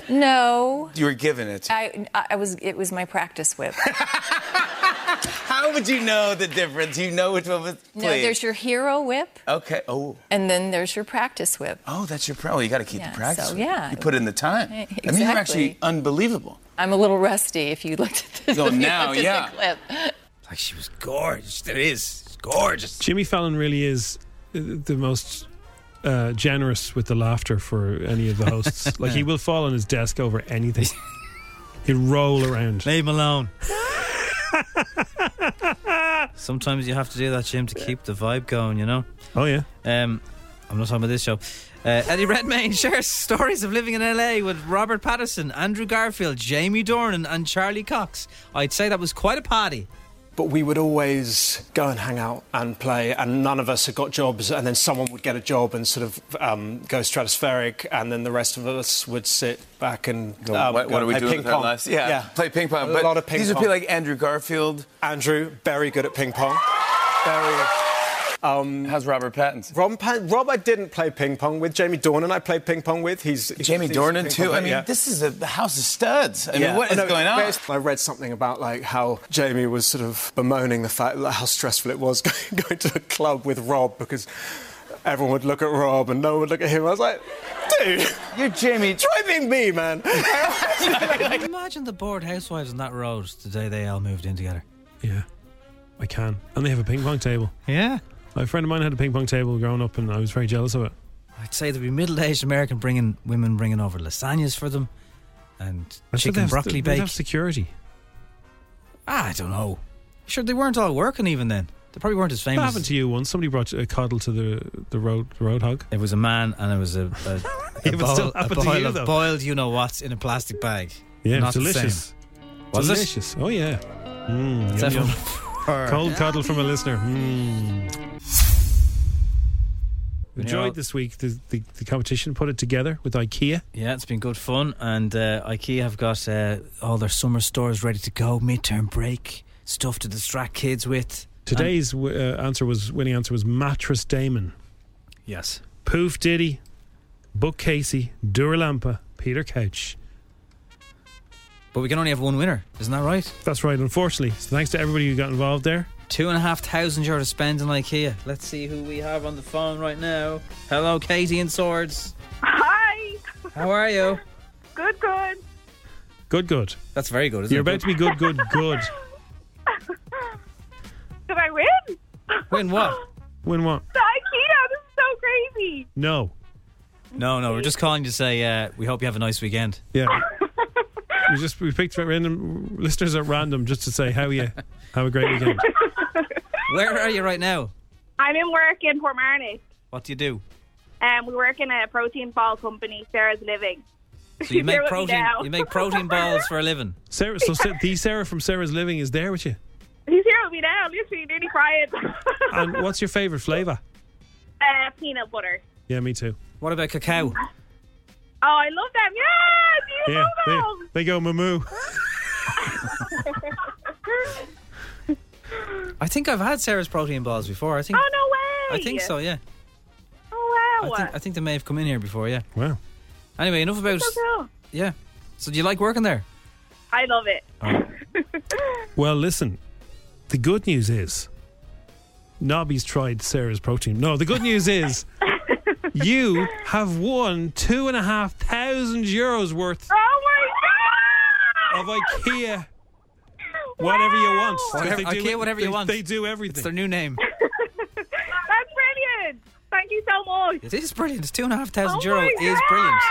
Speaker 12: No,
Speaker 11: You were given it.
Speaker 12: I, I was. It was my practice
Speaker 11: *laughs*
Speaker 12: whip.
Speaker 11: How would you know the difference? You know which one was. Please.
Speaker 12: No, there's your hero whip,
Speaker 11: Okay. Oh.
Speaker 12: and then there's your practice whip.
Speaker 11: Oh, that's your pro. You got to keep
Speaker 12: Yeah,
Speaker 11: the practice.
Speaker 12: so, yeah.
Speaker 11: You put in the time.
Speaker 12: Eh,
Speaker 11: I mean, you're actually
Speaker 12: exactly.
Speaker 11: unbelievable.
Speaker 12: I'm a little rusty. If you looked at this,
Speaker 11: Oh,
Speaker 12: *laughs* if you
Speaker 11: now,
Speaker 12: looked at
Speaker 11: yeah.
Speaker 12: the clip.
Speaker 2: Like she was gorgeous. There is She's gorgeous.
Speaker 3: Jimmy Fallon really is uh, the most uh, generous with the laughter for any of the
Speaker 2: *laughs*
Speaker 3: hosts. like he will fall on his desk over anything. He'll roll around.
Speaker 2: Leave him alone. Sometimes you have to do that, Jim, to keep the vibe going, you know?
Speaker 3: Oh, yeah.
Speaker 2: Um, I'm not talking about this show. Uh, Eddie Redmayne *laughs* shares stories of living in LA with Robert Patterson, Andrew Garfield, Jamie Dornan, and Charlie Cox. I'd say that was quite a party.
Speaker 13: But we would always go and hang out and play, and none of us had got jobs. And then someone would get a job and sort of um, go stratospheric, and then the rest of us would sit back and
Speaker 11: Go,
Speaker 13: um,
Speaker 11: what,
Speaker 13: go
Speaker 11: what are we
Speaker 13: play
Speaker 11: doing
Speaker 13: ping
Speaker 11: with our
Speaker 13: pong.
Speaker 11: lives? Yeah, play ping pong.
Speaker 13: A
Speaker 11: but
Speaker 13: lot of ping
Speaker 11: these
Speaker 13: pong.
Speaker 11: would be like Andrew Garfield.
Speaker 13: Andrew, very good at ping pong. Very. Um,
Speaker 11: How's Robert Pattinson?
Speaker 13: Rob, Pa- Rob, I didn't play ping pong with. Jamie Dornan, I played ping pong with. He's, he's
Speaker 11: Jamie
Speaker 13: he's a ping
Speaker 11: Dornan
Speaker 13: pong
Speaker 11: too. I
Speaker 13: player,
Speaker 11: mean,
Speaker 13: yeah.
Speaker 11: this is a the house of studs. I mean,
Speaker 13: Yeah. Oh,
Speaker 11: what is
Speaker 13: No,
Speaker 11: going on?
Speaker 13: I read something about like how Jamie was sort of bemoaning the fact like, how stressful it was *laughs* going, going to the club with Rob because everyone would look at Rob and no one would look at him. I was like, dude,
Speaker 11: you're Jamie.
Speaker 13: Try being me, man.
Speaker 2: Imagine the bored housewives on that road the day they all moved in together.
Speaker 3: Yeah, I can. And they have a ping pong table.
Speaker 2: Yeah.
Speaker 3: A friend of mine had a ping pong table growing up, and I was very jealous of it.
Speaker 2: I'd say there'd be middle-aged American bringing women bringing over lasagnas for them and
Speaker 3: I'm sure
Speaker 2: chicken
Speaker 3: they'd have-
Speaker 2: broccoli
Speaker 3: they'd
Speaker 2: bake.
Speaker 3: have security.
Speaker 2: I don't know. Sure, they weren't all working even then. They probably weren't as
Speaker 3: That
Speaker 2: famous.
Speaker 3: happened to you once. Somebody brought a coddle to the the road road hog.
Speaker 2: It was a man, and it was a.
Speaker 3: *laughs*
Speaker 2: a
Speaker 3: It
Speaker 2: a
Speaker 3: would still
Speaker 2: a
Speaker 3: happen to
Speaker 2: boil
Speaker 3: you,
Speaker 2: of
Speaker 3: though.
Speaker 2: boiled, you know what's in a plastic bag.
Speaker 3: Yeah, it was
Speaker 2: Not the same.
Speaker 3: delicious.
Speaker 2: Was it?
Speaker 3: delicious. Oh yeah. Mm,
Speaker 2: It's
Speaker 3: yum,
Speaker 2: everyone- *laughs*
Speaker 3: yum. Cold coddle from a listener. Mm.
Speaker 2: When you're all-
Speaker 3: Enjoyed this week the, the, the competition. Put it together with IKEA.
Speaker 2: Yeah, it's been good fun, and uh, IKEA have got uh, all their summer stores ready to go. Midterm break stuff to distract kids with.
Speaker 3: Today's w- uh, answer was winning answer was mattress Damon,
Speaker 2: And- yes,
Speaker 3: Poof Diddy, Book Casey, Duralampa, Peter Couch.
Speaker 2: but we can only have one winner, isn't that right?
Speaker 3: That's right. Unfortunately, so thanks to everybody who got involved there.
Speaker 2: Two and a half thousand euro to spend in IKEA. Let's see who we have on the phone right now. Hello, Katie and Swords.
Speaker 5: Hi.
Speaker 2: How are you?
Speaker 5: Good, good.
Speaker 3: Good, good.
Speaker 2: That's very good. Isn't
Speaker 3: You're
Speaker 2: it?
Speaker 3: about to be good, good, good.
Speaker 5: Did I win?
Speaker 2: *laughs* Win what?
Speaker 3: Win what?
Speaker 5: The Aikido. This is so crazy.
Speaker 3: No.
Speaker 2: No, no, we're just calling to say uh, we hope you have a nice weekend.
Speaker 3: Yeah. we just we picked random listeners at random just to say how are you have a great weekend.
Speaker 2: *laughs* Where are you right now?
Speaker 5: I'm in work in Portmarnock.
Speaker 2: What do you do?
Speaker 5: Um, we work in a protein ball company, Sarah's Living. *laughs*
Speaker 2: So you make
Speaker 5: There was
Speaker 2: protein.
Speaker 5: no.
Speaker 2: You make protein balls for a living.
Speaker 3: Sarah, so Sa- the Sarah from Sarah's Living is there with you.
Speaker 5: He's here with me now, literally nearly crying. *laughs*
Speaker 3: And what's your favourite flavour?
Speaker 5: uh, peanut butter.
Speaker 3: Yeah, me too.
Speaker 2: What about cacao?
Speaker 5: Oh, I love them. Yeah, do you
Speaker 3: Yeah, they,
Speaker 5: love them?
Speaker 3: they go *laughs* moo.
Speaker 2: I think I've had Sarah's protein balls before. I think.
Speaker 5: oh, no way.
Speaker 2: I think so. Yeah.
Speaker 5: *laughs* Oh,
Speaker 2: I
Speaker 5: wow.
Speaker 2: think, I think they may have come in here before. Yeah.
Speaker 3: Wow.
Speaker 2: Anyway, enough about.
Speaker 5: so cool.
Speaker 2: Yeah. So do you like working there?
Speaker 5: I love it.
Speaker 3: Well, listen, the good news is Nobby's tried Sarah's protein. No, the good news is you have won two and a half thousand euros worth
Speaker 5: Oh, my
Speaker 3: of
Speaker 5: God.
Speaker 3: IKEA. Whatever you want. 'Cause
Speaker 2: Whatever-
Speaker 3: they do
Speaker 2: IKEA,
Speaker 3: it-
Speaker 2: whatever
Speaker 3: they,
Speaker 2: you want.
Speaker 3: They do everything.
Speaker 2: It's their new name.
Speaker 5: That's brilliant. Thank you so much.
Speaker 2: It is brilliant. It's two and a half thousand
Speaker 5: Oh
Speaker 2: euro.
Speaker 5: my
Speaker 2: Is brilliant.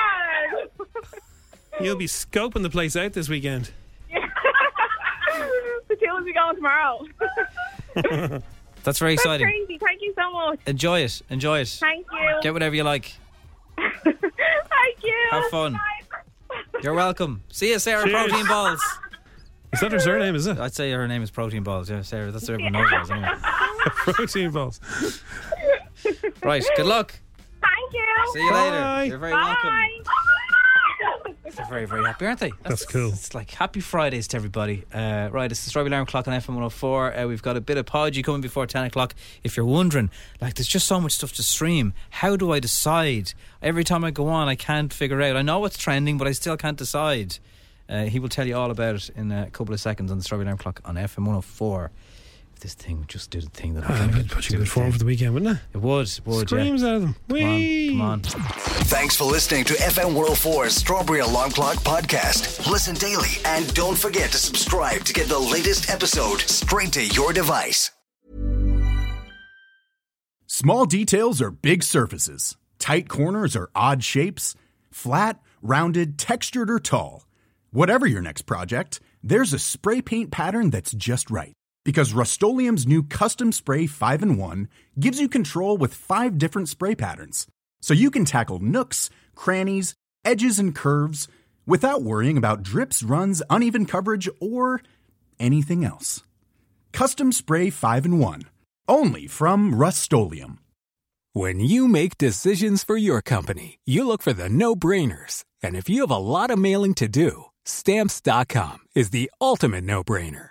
Speaker 5: God. *laughs*
Speaker 3: You'll be scoping the place out this weekend.
Speaker 5: the two will be going tomorrow.
Speaker 2: That's very
Speaker 5: That's
Speaker 2: exciting.
Speaker 5: crazy. Thank you so much.
Speaker 2: Enjoy it. Enjoy it.
Speaker 5: Thank you.
Speaker 2: Get whatever you like.
Speaker 5: *laughs* Thank you.
Speaker 2: Have fun. You're welcome. See you, Sarah.
Speaker 3: Cheers.
Speaker 2: Protein balls.
Speaker 3: Is that her surname, is it?
Speaker 2: I'd say her name is Protein Balls. Yeah, Sarah. That's what everyone knows. her as Anyway.
Speaker 3: *laughs* protein balls.
Speaker 2: Right. Good luck.
Speaker 5: Thank you.
Speaker 2: See you
Speaker 3: Bye.
Speaker 2: later. You're very welcome.
Speaker 5: *laughs*
Speaker 2: They're very, very happy, aren't they?
Speaker 3: That's cool.
Speaker 2: It's like happy Fridays to everybody. Uh, right, it's the Strawberry Alarm Clock on FM 104. Uh, we've got a bit of podgy coming before 10 o'clock. If you're wondering, like, there's just so much stuff to stream. How do I decide? Every time I go on, I can't figure out. I know what's trending, but I still can't decide. Uh, he will tell you all about it in a couple of seconds on the Strawberry Alarm Clock on FM 104. If this thing would just do the thing that I
Speaker 3: Ah,
Speaker 2: think
Speaker 3: that'd
Speaker 2: it
Speaker 3: put you
Speaker 2: do
Speaker 3: in good
Speaker 2: the
Speaker 3: form
Speaker 2: thing.
Speaker 3: for the weekend, wouldn't
Speaker 2: It would, it
Speaker 3: it?
Speaker 2: would, yeah.
Speaker 3: Screams eh? out of them.
Speaker 2: Come on,
Speaker 3: Whee!
Speaker 2: come on.
Speaker 4: Thanks for listening to FM 104's Strawberry Alarm Clock podcast. Listen daily and don't forget to subscribe to get the latest episode straight to your device.
Speaker 14: Small details are big surfaces. Tight corners are odd shapes. Flat, rounded, textured, or tall. Whatever your next project, There's a spray paint pattern that's just right. Because Rust new Custom Spray 5 in 1 gives you control with five different spray patterns. So you can tackle nooks, crannies, edges, and curves without worrying about drips, runs, uneven coverage, or anything else. Custom Spray 5 in 1. Only from Rust
Speaker 15: When you make decisions for your company, you look for the no brainers. And if you have a lot of mailing to do, stamps.com is the ultimate no brainer.